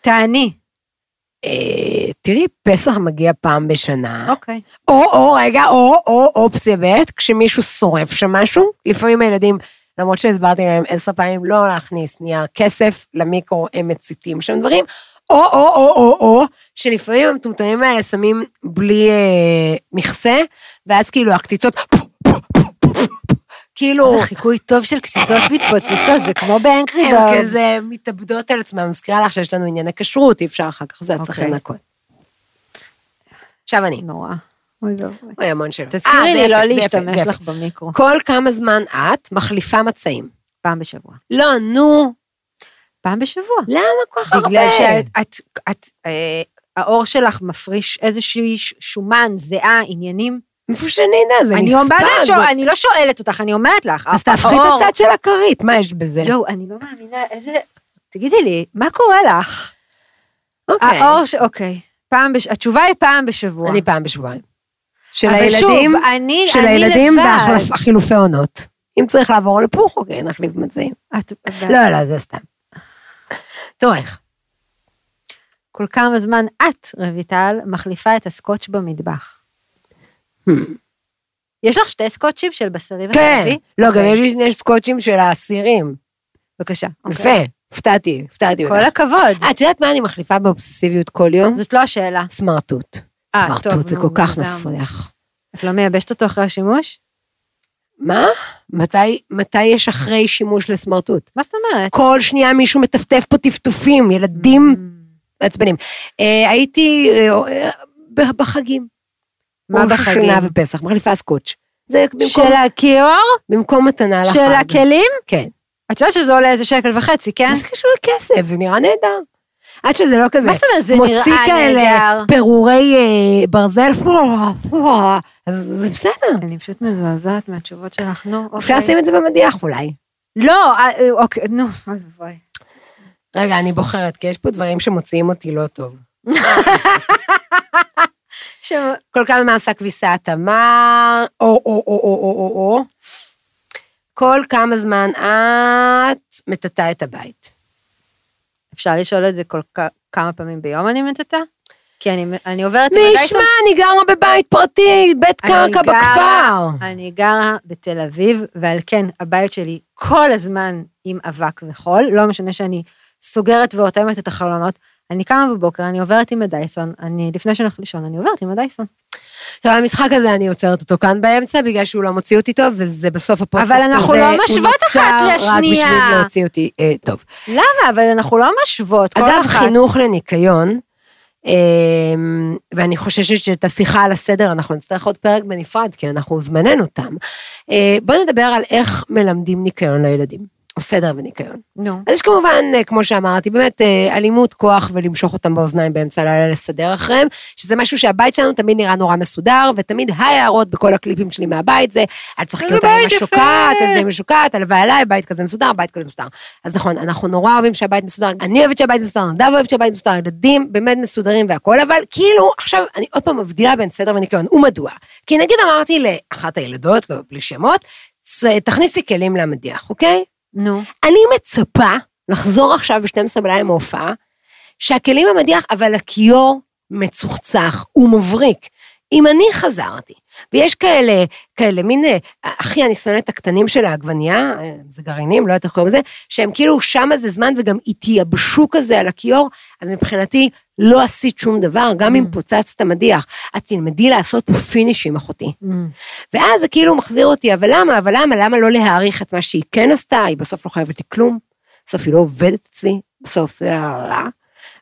S4: תעני.
S3: אה, תראי, פסח מגיע פעם בשנה.
S4: אוקיי.
S3: או, או, רגע, או, או, אופציה ב', כשמישהו שורף שם משהו, לפעמים הילדים, למרות שהסברתי להם עשר פעמים, לא להכניס נייר כסף למיקרו, הם מציתים שם דברים, או, או, או, או, או, שלפעמים המטומטמים האלה שמים בלי אה, מכסה, ואז כאילו הקציצות, פו, פו, פו, פו, פו, פו, כאילו,
S4: זה חיקוי טוב של
S3: (laughs)
S4: קציצות מתפוצצות, זה כמו באנקרי
S3: הן
S4: בארז.
S3: כזה מתאבדות על עצמם, מזכירה לך שיש לנו ענייני כשרות, אי אפשר אחר כך, זה צריך
S4: אוקיי.
S3: לנקות. עכשיו אני.
S4: נורא. אוי ואבוי.
S3: אוי, המון שאלות. אה,
S4: תזכירי
S3: זה
S4: לי
S3: יפה,
S4: לא
S3: זה יפה,
S4: להשתמש
S3: זה יפה.
S4: לך במיקרו.
S3: נכון. כל כמה זמן את מחליפה מצעים?
S4: פעם בשבוע.
S3: לא, נו,
S4: פעם בשבוע.
S3: למה כל כך הרבה?
S4: בגלל שאת, את, את, אה, העור שלך מפריש איזושהי ש- שומן, זיעה, עניינים.
S3: איפה שנינה, זה
S4: אני
S3: נספג.
S4: אומרת, שואל- אני לא שואלת אותך, אני אומרת לך.
S3: אז תהפכי את
S4: העור-
S3: הצד של הכרית, מה יש בזה?
S4: יואו, אני לא מאמינה, איזה... תגידי לי, מה קורה לך?
S3: אוקיי.
S4: העור ש... אוקיי. פעם בש... התשובה היא פעם בשבוע.
S3: אני פעם בשבועיים. של
S4: אבל שוב,
S3: הילדים,
S4: אני,
S3: של
S4: אני
S3: הילדים
S4: לבד.
S3: והחילופי עונות. אם צריך לעבור לפוך, אוקיי, נחליף מצעים.
S4: את, אבל
S3: לא, לא, זה סתם. תורך.
S4: כל כמה זמן את, רויטל, מחליפה את הסקוץ' במטבח.
S3: Hmm.
S4: יש לך שתי סקוטשים של בשרי
S3: כן.
S4: וחלבי?
S3: לא, גם
S4: אוקיי.
S3: יש לי שני סקוטשים של האסירים.
S4: בבקשה. אוקיי.
S3: יפה, אה, הפתעתי, הפתעתי אותך.
S4: כל הכבוד.
S3: את יודעת מה אני מחליפה באובססיביות כל יום?
S4: זאת לא השאלה.
S3: סמרטוט.
S4: אה,
S3: סמרטוט
S4: טוב,
S3: זה
S4: נו,
S3: כל כך
S4: מוגזם.
S3: מסריח.
S4: את לא מייבשת אותו אחרי השימוש?
S3: מה? מתי, מתי יש אחרי שימוש לסמרטוט?
S4: מה זאת אומרת?
S3: כל שנייה מישהו מטפטף פה טפטופים,
S4: Mm.
S3: ילדים מעצבנים. אה, הייתי אה, אה, ב- בחגים.
S4: מה
S3: ראש
S4: בחגים?
S3: השנה ופסח, מחליפה סקוץ'. זה במקום,
S4: של הכיור?
S3: במקום מתנה לחג.
S4: של הכלים?
S3: כן.
S4: את יודעת שזה עולה איזה שקל וחצי, כן?
S3: מה זה קשור לכסף? זה נראה נהדר. עד שזה לא כזה.
S4: מה זאת אומרת? זה
S3: מוציא
S4: נראה
S3: כאלה
S4: נהדר.
S3: פירורי אה, ברזל, אז זה בסדר.
S4: אני פשוט מזועזעת מהתשובות שלך, נו,
S3: אפשר
S4: אוקיי. אה,
S3: לשים את זה במדיח אולי.
S4: לא, אה, אוקיי, נו, אוי ואבוי.
S3: רגע, אני בוחרת, כי יש פה דברים שמוציאים אותי לא טוב.
S4: עכשיו,
S3: כל כמה זמן עושה כביסת אמר, או, או, או, או, או, או, או. כל כמה זמן את מטאטה את הבית.
S4: אפשר לשאול את זה כל כ- כמה פעמים ביום אני מטאטה? כי אני, אני עוברת עם
S3: מי ישמע,
S4: הדייסון.
S3: אני גרה בבית פרטי, בית
S4: אני
S3: קרקע
S4: גרה-
S3: בכפר.
S4: אני גרה בתל אביב, ועל כן הבית שלי כל הזמן עם אבק וחול, לא משנה שאני סוגרת ואוטמת את החלונות. אני קמה בבוקר, אני עוברת עם הדייסון, אני, לפני שאני הולכת לישון, אני עוברת עם הדייסון.
S3: עכשיו, המשחק הזה, אני עוצרת אותו כאן באמצע, בגלל שהוא לא מוציא אותי טוב, וזה בסוף הפודקאסט הזה.
S4: אבל אנחנו לא
S3: הוא
S4: משוות
S3: נוצר
S4: אחת
S3: רק
S4: לשנייה.
S3: בשביל להוציא אותי אה, טוב.
S4: למה? אבל אנחנו לא משוות, כל
S3: אגב,
S4: אחת.
S3: חינוך לניקיון, אמ, ואני חוששת שאת השיחה על הסדר, אנחנו נצטרך עוד פרק בנפרד, כי אנחנו זמננו תם. אה, בואו נדבר על איך מלמדים ניקיון לילדים, או סדר וניקיון.
S4: נו.
S3: אז יש כמובן, אה, כמו שאמרתי, באמת אה, אלימות, כוח ולמשוך אותם באוזניים באמצע הלילה לסדר אחריהם, שזה משהו שהבית שלנו תמיד נראה נורא מסודר, ותמיד ההערות בכל הקליפים שלי מהבית זה, אל תשחקי
S4: איזה
S3: אותה עם
S4: בית יפה."
S3: השוקעת, איזה עם השוקעת, הלוואי עליי, בית כזה מסודר, בית כזה מסודר. אז נכון, אנחנו נורא אוהבים שהבית מסודר, אני אוהבת שהבית מסודר, נדב אוהבת שהבית מסודר, ילדים באמת מסודרים והכול, אבל כאילו, עכשיו, אני עוד פעם מבדילה בין סדר וניקיון, ומדוע? כי נגיד אמרתי לאחת הילדות, לא, בלי שמות, "צ- תכניסי כלים למדיח, אוקיי?
S4: נו.
S3: אני מצפה לחזור עכשיו ב-12 בלילה מההופעה, שהכלים המדיח, אבל הכיור מצוחצח, הוא מבריק. אם אני חזרתי, ויש כאלה, כאלה מין, אה, אחי, אני שונאת את הקטנים של העגבנייה, אה, זה גרעינים, לא יודעת איך קוראים לזה, שהם כאילו שמה זה זמן וגם התייבשו כזה על הכיור, אז מבחינתי לא עשית שום דבר, גם אם פוצצת מדיח. את תלמדי לעשות פה פינישים, אחותי. ואז זה כאילו מחזיר אותי, אבל למה, אבל למה, למה לא להעריך את מה שהיא כן עשתה, היא בסוף לא חייבת לי כלום, בסוף היא לא עובדת אצלי, בסוף זה הרע.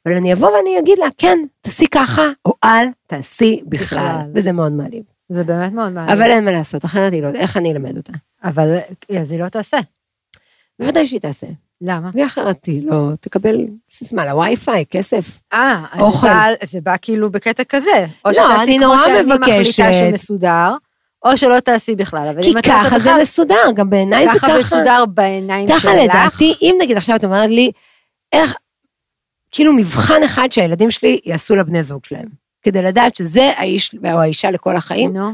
S3: אבל אני אבוא ואני אגיד לה, כן, תעשי ככה, או אל תעשי בכלל,
S4: בכלל. אה.
S3: וזה מאוד מעליב.
S4: זה באמת מאוד מעניין.
S3: אבל אין מה לעשות, אחרת היא לא, איך אני אלמד אותה?
S4: אבל, אז היא לא תעשה.
S3: בוודאי שהיא תעשה,
S4: למה?
S3: והיא אחרת היא לא תקבל סיסמה לווי-פיי, כסף.
S4: אה, אז
S3: אוכל.
S4: זה בא, זה בא כאילו בקטע כזה. או
S3: לא,
S4: שתעשי
S3: אני
S4: כמו
S3: נורא
S4: שאני
S3: מבקשת.
S4: מחליטה שמסודר, או שלא תעשי בכלל. אבל
S3: כי
S4: אם את לא עושה
S3: ככה זה
S4: בכלל,
S3: מסודר, גם בעיניי זה
S4: ככה מסודר בעיניים שלך.
S3: ככה לדעתי, אם נגיד עכשיו את אומרת לי, איך, כאילו מבחן אחד שהילדים שלי יעשו לבני זוג שלהם, כדי לדעת שזה האיש או האישה לכל החיים,
S4: נו,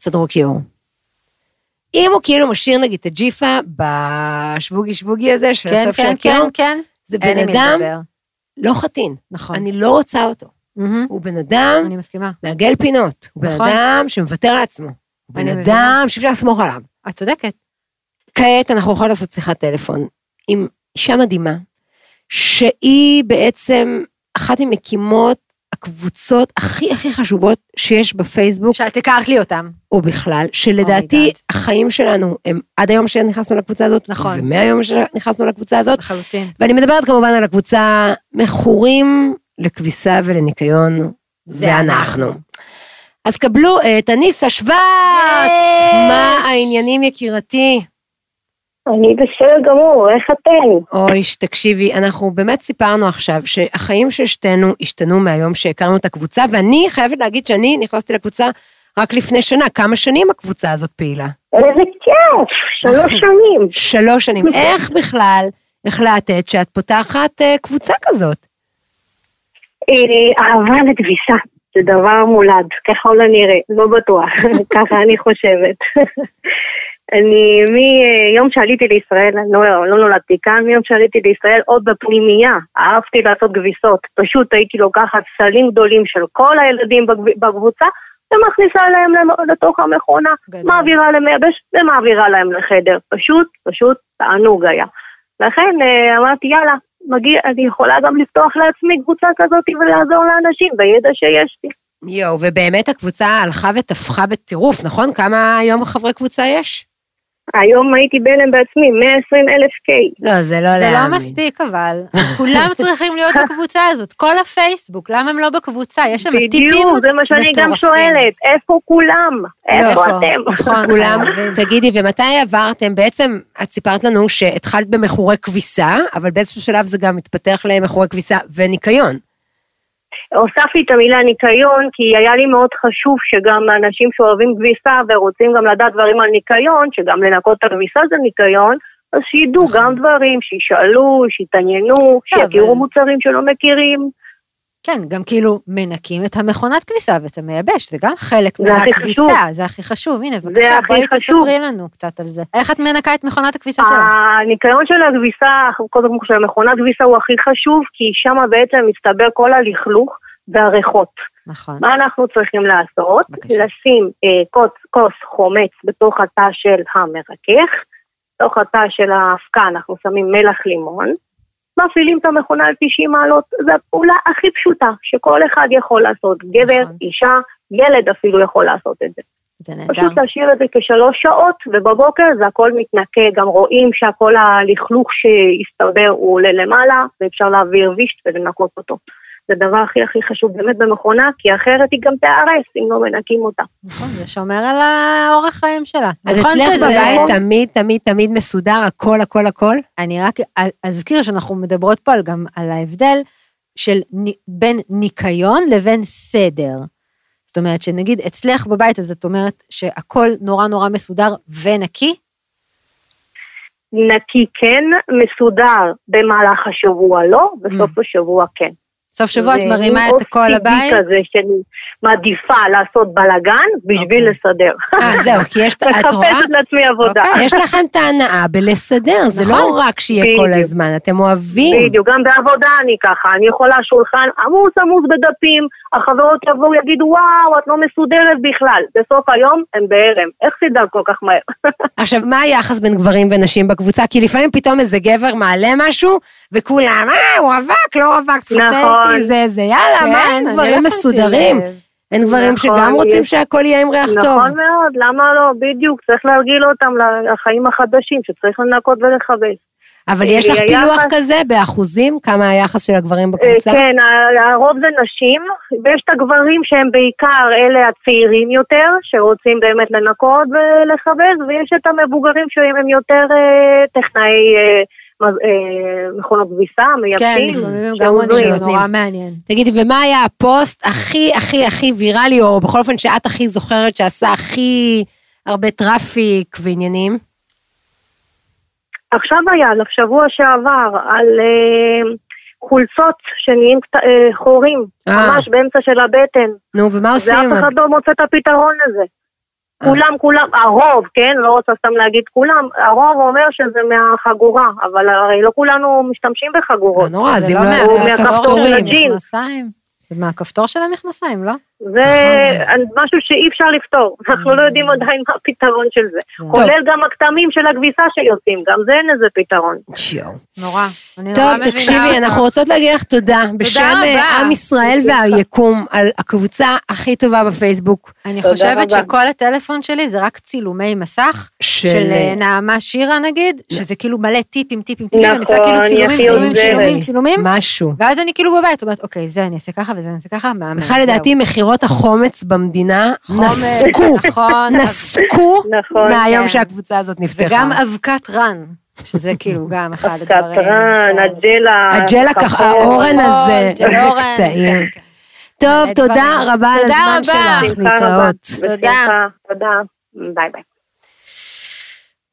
S3: סדרו כיאור. אם הוא כאילו משאיר נגיד את הג'יפה בשבוגי שבוגי הזה של
S4: כן,
S3: הסוף של
S4: כן, כן,
S3: הכיאור,
S4: כן.
S3: זה
S4: אין עם
S3: בן
S4: מי
S3: אדם
S4: לדבר.
S3: לא חתין,
S4: נכון.
S3: אני לא רוצה אותו.
S4: מהמם.
S3: הוא בן אדם
S4: אני מסכימה.
S3: מעגל פינות, הוא בן
S4: נכון.
S3: אדם שמוותר על עצמו, הוא בן
S4: אני מבינה.
S3: אדם שאפשר לסמוך עליו.
S4: את צודקת.
S3: כעת אנחנו יכולות לעשות שיחת טלפון עם אישה מדהימה, שהיא בעצם אחת ממקימות הקבוצות הכי הכי חשובות שיש בפייסבוק,
S4: שאת הכרת לי אותם.
S3: ובכלל, שלדעתי
S4: Oh God.
S3: החיים שלנו הם עד היום שנכנסנו לקבוצה הזאת,
S4: נכון.
S3: ומהיום שנכנסנו לקבוצה הזאת,
S4: לחלוטין.
S3: ואני מדברת כמובן על הקבוצה מכורים לכביסה ולניקיון, זה
S4: זה
S3: אנחנו.
S4: אנחנו.
S3: אז קבלו את אניסה שוורץ!
S4: יש!
S3: מה העניינים יקירתי?
S6: אני בסדר גמור, איך אתן?
S3: אוי, תקשיבי, אנחנו באמת סיפרנו עכשיו שהחיים של שתינו השתנו מהיום שהכרנו את הקבוצה, ואני חייבת להגיד שאני נכנסתי לקבוצה רק לפני שנה. כמה שנים הקבוצה הזאת פעילה?
S6: איזה כיף, שלוש שנים.
S3: שלוש שנים. איך בכלל החלטת שאת פותחת אה, קבוצה כזאת?
S6: אה, אהבה לכביסה, זה דבר מולד, ככל הנראה, לא בטוח, (laughs) ככה אני חושבת. (laughs) אני מיום שעליתי לישראל, אני לא, לא נולדתי כאן, מיום שעליתי לישראל עוד בפנימייה, אהבתי לעשות כביסות. פשוט הייתי לוקחת סלים גדולים של כל הילדים בגב- בקבוצה ומכניסה להם למ- לתוך המכונה,
S4: גדול.
S6: מעבירה למייבש ומעבירה להם לחדר. פשוט, פשוט תענוג היה. לכן אה, אמרתי, יאללה, מגיע, אני יכולה גם לפתוח לעצמי קבוצה כזאת ולעזור לאנשים בידע שיש לי.
S3: יואו, ובאמת הקבוצה הלכה ותפחה בטירוף, נכון? כמה היום חברי קבוצה יש?
S6: היום הייתי בהלם בעצמי, 120 אלף קיי.
S3: לא, זה לא להאמין.
S4: זה לא מספיק
S3: (laughs)
S4: אבל, כולם צריכים להיות בקבוצה הזאת, כל הפייסבוק, למה הם לא בקבוצה? יש שם טיפים מטורפים.
S6: בדיוק, זה מה שאני גם שואלת, איפה כולם? איפה
S4: איפה?
S6: אתם?
S4: נכון,
S6: (laughs)
S3: כולם.
S4: חייבים.
S3: תגידי, ומתי עברתם? בעצם, את סיפרת לנו שהתחלת במכורי כביסה, אבל באיזשהו שלב זה גם התפתח למכורי כביסה וניקיון.
S6: הוספתי את המילה ניקיון, כי היה לי מאוד חשוב שגם אנשים שאוהבים כביסה ורוצים גם לדעת דברים על ניקיון, שגם לנקות את הכביסה זה ניקיון, אז שידעו גם דברים, שישאלו, שיתעניינו,
S4: כן,
S6: שיכירו
S4: נכון. אבל-
S6: מוצרים שלא מכירים.
S4: כן, גם כאילו מנקים את המכונת כביסה ואת המייבש, זה גם חלק
S6: זה הכי חשוב.
S4: מהכביסה, זה הכי חשוב. הנה, בבקשה,
S6: הכי
S4: בואי
S6: חשוב. אה,
S4: תספרי לנו קצת על זה. איך את מנקה את מכונת הכביסה שלך?
S6: הניקיון של הכביסה, קודם כל של המכונת כביסה הוא הכי חשוב, כי שם בעצם מצטבר כל הלכלוך והריחות.
S4: נכון.
S6: מה אנחנו צריכים לעשות?
S4: בבקשה.
S6: לשים אה, כוס, כוס חומץ בתוך התא של המרכך, בתוך התא של האבקה אנחנו שמים מלח לימון, מפעילים את המכונה על 90 מעלות, זו הפעולה הכי פשוטה שכל אחד יכול לעשות, גבר,
S4: נכון.
S6: אישה, ילד אפילו יכול לעשות את זה.
S4: זה
S6: פשוט
S4: נהדר.
S6: להשאיר את זה כשלוש שעות, ובבוקר זה הכל מתנקה, גם רואים שהכל הלכלוך שהסתבר הוא עולה למעלה, ואפשר להעביר וישט ולנקות אותו. זה הדבר הכי הכי חשוב באמת במכונה, כי אחרת היא גם תיהרס אם לא מנקים אותה.
S4: נכון, זה שומר על האורח חיים שלה.
S3: אז
S4: נכון
S3: אצלך
S4: שזה-
S3: בבית תמיד, תמיד, תמיד מסודר, הכל, הכל, הכל.
S4: אני רק אזכיר שאנחנו מדברות פה על- גם על ההבדל של ני- בין ניקיון לבין סדר. זאת אומרת, שנגיד אצלך בבית, אז את אומרת שהכל נורא נורא מסודר ונקי?
S6: נקי כן, מסודר במהלך השבוע לא, בסוף השבוע כן.
S4: סוף Mm. שבוע את
S6: זה
S4: מרימה
S6: מין
S4: את הכל
S6: OCD
S4: לבית?
S6: כזה שאני מעדיפה לעשות בלאגן
S4: אוקיי.
S6: בשביל לסדר.
S3: אה, זהו, כי
S6: (laughs)
S3: יש, את רואה?
S6: מחפשת לעצמי עבודה.
S3: אוקיי, יש לכם את ההנאה בלסדר, זה לא
S4: נכון.
S3: רק שיהיה כל
S6: בדיוק.
S3: הזמן, אתם אוהבים.
S6: בדיוק, גם בעבודה אני ככה, אני יכולה שולחן עמוס עמוס בדפים, החברות יבואו יגידו וואו, את לא מסודרת בכלל. בסוף היום הם בהלם, איך סידר כל כך מהר?
S3: עכשיו, מה היחס בין גברים ונשים בקבוצה? כי לפעמים פתאום איזה גבר מעלה משהו, וכולם, אה, הוא רווק, לא רווק, תחתן
S6: נכון.
S3: אותי, זה, זה, יאללה, מה, אין
S4: אני
S3: גברים
S4: לא שמתי
S3: מסודרים.
S4: לב.
S3: אין גברים
S6: נכון,
S3: שגם רוצים
S6: יש-
S3: שהכל יהיה עם ריח טוב.
S6: נכון מאוד, למה לא? בדיוק, צריך להרגיל אותם לחיים החדשים, שצריך לנקות ולכבס.
S3: אבל יש לך
S6: אה,
S3: פילוח
S6: היחס-
S3: כזה באחוזים? כמה היחס של הגברים
S6: אה,
S3: בקבוצה?
S6: כן, ה- הרוב זה נשים, ויש את הגברים שהם בעיקר אלה הצעירים יותר, שרוצים באמת לנקות ולכבס, ויש את המבוגרים שהם יותר אה, טכנאי אה, מז- אה, מכונות כביסה,
S4: כן,
S6: מייפים,
S4: לפעמים גם
S6: שעוזרים.
S4: עונים,
S3: לא
S4: זה נורא מעניין.
S3: תגידי, ומה היה הפוסט הכי הכי הכי ויראלי, או בכל אופן שאת הכי זוכרת שעשה הכי הרבה טראפיק ועניינים?
S6: עכשיו היה, לשבוע שעבר, על אה, חולצות שנהיים קט- אה, חורים,
S3: אה.
S6: ממש באמצע של הבטן,
S3: נו, ומה עושים?
S6: ואף אחד לא מוצא את הפתרון לזה. כולם, כולם, הרוב, כן? לא רוצה סתם להגיד כולם, הרוב אומר שזה מהחגורה, אבל הרי לא כולנו משתמשים
S3: לא
S6: בחגורות.
S3: נורא, אז
S4: זה
S3: אם
S4: לא
S3: לא...
S6: הוא
S3: אז
S6: מהכפתור
S3: הכפתורים.
S6: של הג'ינס.
S4: המכנסיים. זה מהכפתור של המכנסיים, לא?
S6: זה משהו שאי אפשר לפתור, אנחנו לא יודעים עדיין מה הפתרון של זה. כולל גם הכתמים של הכביסה שיוצאים, גם זה אין לזה פתרון.
S3: שיו.
S4: נורא. אני נורא
S3: טוב,
S4: מבינה
S3: תקשיבי,
S4: אותך.
S3: אנחנו רוצות להגיד לך תודה. בשם
S4: רבה.
S3: אה, עם ישראל והיקום, על הקבוצה הכי טובה בפייסבוק.
S4: אני
S6: תודה
S4: חושבת
S6: רבה.
S4: שכל הטלפון שלי זה רק צילומי מסך
S3: של...
S4: של אה, נעמה שירה נגיד, שזה כאילו מלא טיפים, טיפים, טיפים, אני עושה
S6: נכון,
S4: כאילו
S6: היא
S4: צילומים,
S6: הכי
S4: צילומים,
S6: עוזרת.
S4: צילומים, צילומים,
S3: משהו.
S4: ואז אני כאילו בבית אומרת, אוקיי, זה אני אעשה ככה וזה אני אעשה ככה, מהמם.
S3: בכלל,
S4: זהו.
S3: לדעתי, מכירות החומץ במדינה
S4: חומץ,
S3: נסקו,
S4: נכון,
S3: נסקו
S6: נכון.
S3: מהיום
S4: כן.
S3: שהקבוצה הזאת נפתחה.
S4: וגם אבקת רן, שזה כאילו
S3: (laughs)
S4: גם אחד הדברים.
S6: קטרן,
S4: כן.
S6: הג'לה.
S3: הג'ל הכחול, האורן הזה,
S4: ג'ל
S3: איזה
S4: אורן,
S3: טעים.
S4: כן,
S3: טוב,
S4: מלא
S3: תודה
S4: דברים.
S3: רבה על
S4: תודה
S3: הזמן
S4: רבה.
S3: שלך,
S6: בשמחה רבה.
S3: להתראות.
S4: תודה.
S6: בשמחה, תודה. ביי ביי.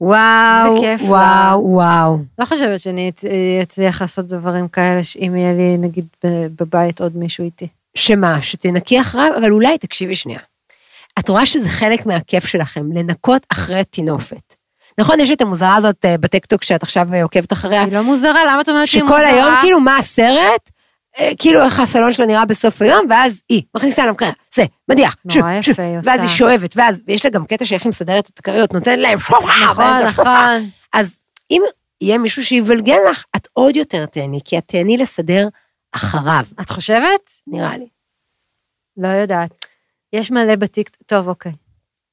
S3: וואו,
S4: איזה כיף לה.
S3: וואו, וואו.
S4: לא חושבת שאני את- אצליח לעשות דברים כאלה, שאם יהיה לי נגיד ב- בבית עוד מישהו איתי.
S3: שמה, שתנקי אחריו, אבל אולי תקשיבי שנייה. את רואה שזה חלק מהכיף שלכם, לנקות אחרי טינופת. נכון, יש את המוזרה הזאת אה, בטיקטוק שאת עכשיו אה, עוקבת אחריה,
S4: היא לא מוזרה, למה את אומרת שהיא מוזרה?
S3: שכל היום, כאילו, מה הסרט? אה, כאילו, איך הסלון שלה נראה בסוף היום, ואז היא מכניסה למקרר, זה, מדיח,
S4: נורא
S3: שוב,
S4: יפה,
S3: שוב,
S4: היא
S3: ואז
S4: עושה.
S3: היא שואבת, ואז, ויש לה גם קטע שאיך היא מסדרת את הכריות, נותנת להם,
S4: נכון,
S3: באמצע,
S4: נכון.
S3: אז אם יהיה מישהו שיבלגן לך, את עוד יותר תהני, כי את תהני לסדר אחריו,
S4: את חושבת?
S3: נראה לי.
S4: לא יודעת. יש מלא בטיקטוק, טוב, אוקיי.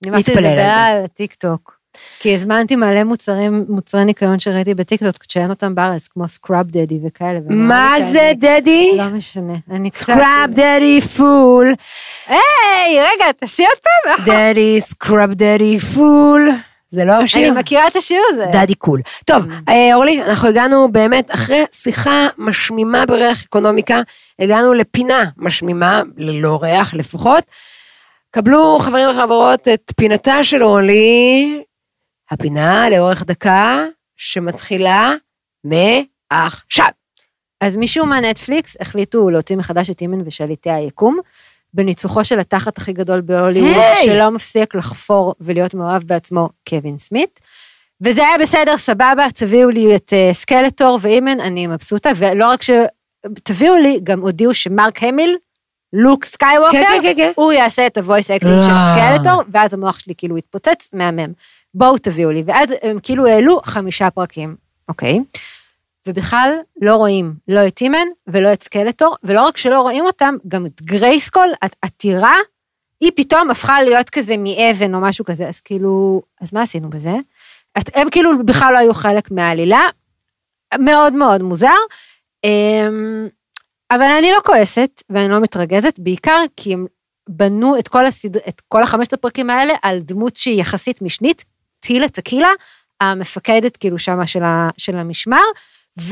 S4: נמאס לי
S3: נתפלל על
S4: לדבר
S3: זה.
S4: על הטיקטוק. כי הזמנתי מלא מוצרים, מוצרי ניקיון שראיתי בטיקטוק, כשאין אותם בארץ, כמו סקראב דדי וכאלה. ונראה
S3: מה
S4: לי
S3: זה,
S4: שאני-
S3: דדי?
S4: לא משנה, אני קצת...
S3: סקראב דדי פול,
S4: היי, רגע, תעשי עוד פעם. אה,
S3: דדי סקראב דדי פול. זה לא
S4: אני
S3: השיר?
S4: מכירה את Mm. השיר הזה.
S3: דדי קול. טוב, אה, אורלי, אנחנו הגענו באמת אחרי שיחה משמימה בריח אקונומיקה, הגענו לפינה משמימה, ללא ריח לפחות. קבלו, חברים וחברות, את פינתה של אורלי, הפינה לאורך דקה שמתחילה מעכשיו.
S4: אז משום מה נטפליקס החליטו להוציא מחדש את אימן ושליטי היקום, בניצוחו של התחת הכי גדול בהוליווד,
S3: היי!
S4: hey! שלא מפסיק לחפור ולהיות מאוהב בעצמו, קווין סמית. וזה היה בסדר, סבבה, תביאו לי את אה, סקלטור ואימן, אני מבסוטה, ולא רק ש... תביאו לי, גם הודיעו שמרק המיל, לוק סקייווקר,
S3: כן, כן, כן, כן.
S4: הוא יעשה את הוויס אקטינג
S3: לא.
S4: של סקלטור, ואז המוח שלי כאילו התפוצץ, מהמם. בואו תביאו לי. ואז הם כאילו העלו חמישה פרקים, אוקיי? ובכלל לא רואים לא את טימן ולא את סקלטור, ולא רק שלא רואים אותם, גם את גרייסקול, הת- עתירה, היא פתאום הפכה להיות כזה מאבן או משהו כזה, אז כאילו, אז מה עשינו בזה? את, הם כאילו בכלל לא היו חלק מהעלילה, מאוד מאוד מוזר. אמ, אבל אני לא כועסת ואני לא מתרגזת, בעיקר כי הם בנו את כל, הסד... את כל החמשת הפרקים האלה על דמות שהיא יחסית משנית, טילה טקילה, המפקדת כאילו שמה של, ה... של המשמר,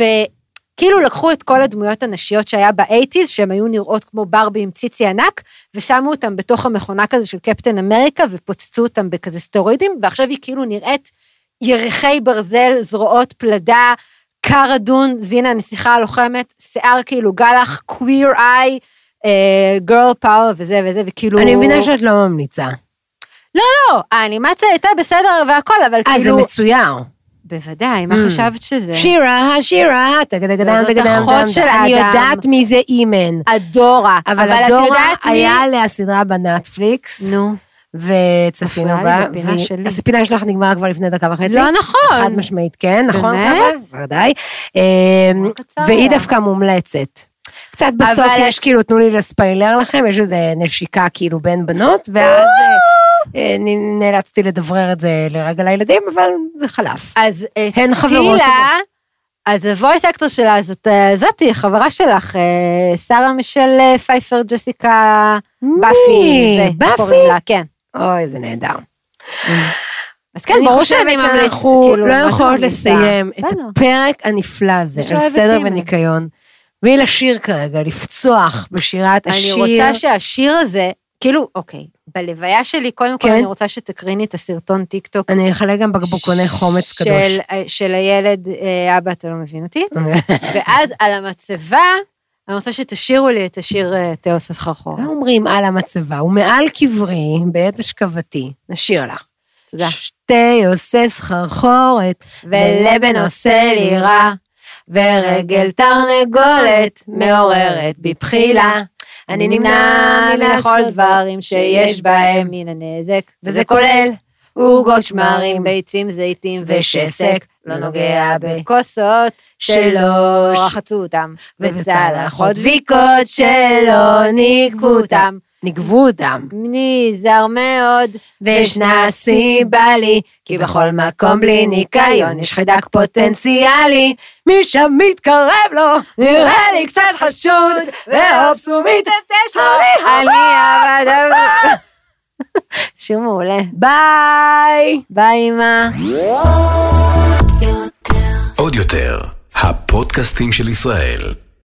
S4: וכאילו לקחו את כל הדמויות הנשיות שהיה באייטיז, שהן היו נראות כמו ברבי עם ציצי ענק, ושמו אותם בתוך המכונה כזה של קפטן אמריקה, ופוצצו אותם בכזה סטרואידים, ועכשיו היא כאילו נראית ירחי ברזל, זרועות פלדה, קר אדון, זינה הנסיכה הלוחמת, שיער כאילו גלח, קוויר איי, גרל פאוור וזה וזה, וכאילו...
S3: אני מבינה שאת לא ממליצה.
S4: לא, האנימציה הייתה בסדר והכל, אבל
S3: אה, זה
S4: כאילו...
S3: מצויר.
S4: בוודאי, מה
S3: Mm.
S4: חשבת שזה?
S3: שירה, שירה, תגדגדם,
S4: וזאת
S3: תגדדם,
S4: כן. אחות של
S3: אני
S4: אדם.
S3: יודעת מי זה אימן.
S4: אדורה, אבל
S3: אבל
S4: את
S3: הדורה
S4: יודעת מי...
S3: היה עליה סדרה בנטפליקס,
S4: נו,
S3: וצפינו בה.
S4: מפריעה לי בפינה
S3: והיא-
S4: שלי.
S3: אז הפינה שלך נגמרה כבר לפני דקה וחצי.
S4: לא
S3: חד
S4: נכון.
S3: משמעית, כן, נכון?
S4: באמת?
S3: חווה? בוודאי. אמ,
S4: נורא קצר
S3: והיא
S4: היה.
S3: דווקא מומלצת. קצת בסוף
S4: אבל
S3: יש
S4: את-
S3: כאילו, תנו לי לספיילר לכם, יש איזה נשיקה כאילו בין בנות, ואז אה, אה, נ- נאלצתי לדברר את זה לרגע לילדים, אבל זה חלף.
S4: אז את
S3: הן חברות.
S4: טילה, אז הוויס אקטור שלה, זאת אה, זאתי, חברה שלך, אה, שרה מישל אה, פייפר, ג'סיקה, באפי, זה, איך קוראים
S3: באפי?
S4: לה, כן.
S3: אוי, זה נהדר.
S4: אז כן, ברור שאני
S3: אני חושבת
S4: ממליץ,
S3: שאנחנו
S4: כאילו,
S3: לא
S4: ממש
S3: יכולות
S4: ממליצה.
S3: לסיים את
S4: בסדר.
S3: הפרק הנפלא הזה,
S4: מי
S3: על
S4: שאוהב את
S3: סדר
S4: אימא.
S3: וניקיון, בלי לשיר כרגע, לפצוח בשירת
S4: אני
S3: השיר.
S4: רוצה שהשיר הזה, כאילו, אוקיי, בלוויה שלי, קודם כל
S3: כן.
S4: אני רוצה שתקריני את הסרטון טיקטוק
S3: אני אחלה גם בקבוקוני חומץ
S4: של-
S3: קדוש.
S4: אה, של הילד, אה, אבא, אתה לא מבין אותי. ואז על המצבה, אני רוצה שתשאירו לי את השיר אה, תיאוס הסחרחור.
S3: לא אומרים על המצבה, ומעל קברי, בעת השכבתי, נשאיר לך.
S4: תודה.
S3: שתי עושה סחרחורת,
S4: ולבן עושה לי רע, ורגל תרנגולת מעוררת בבחילה. אני נמנע מלאכול דברים שיש בהם מן הנזק, וזה כולל עוגות שמרים, ביצים, זיתים ושסק, לא נוגע בכוסות שלא רחצו אותם, וצלחות דביקות שלא ניקו אותם.
S3: נגבו אותם.
S4: נזהר מאוד, וישנה סיבה לי, כי בכל מקום בלי ניקיון יש חיידק פוטנציאלי.
S3: מי שמתקרב לו,
S4: נראה לי קצת חשוד, ואופס הוא מתעטש לו,
S3: אני
S4: אני עבד... (laughs) שיר מעולה.
S3: ביי!
S4: ביי, אמא.
S1: עוד יותר, הפודקאסטים של ישראל.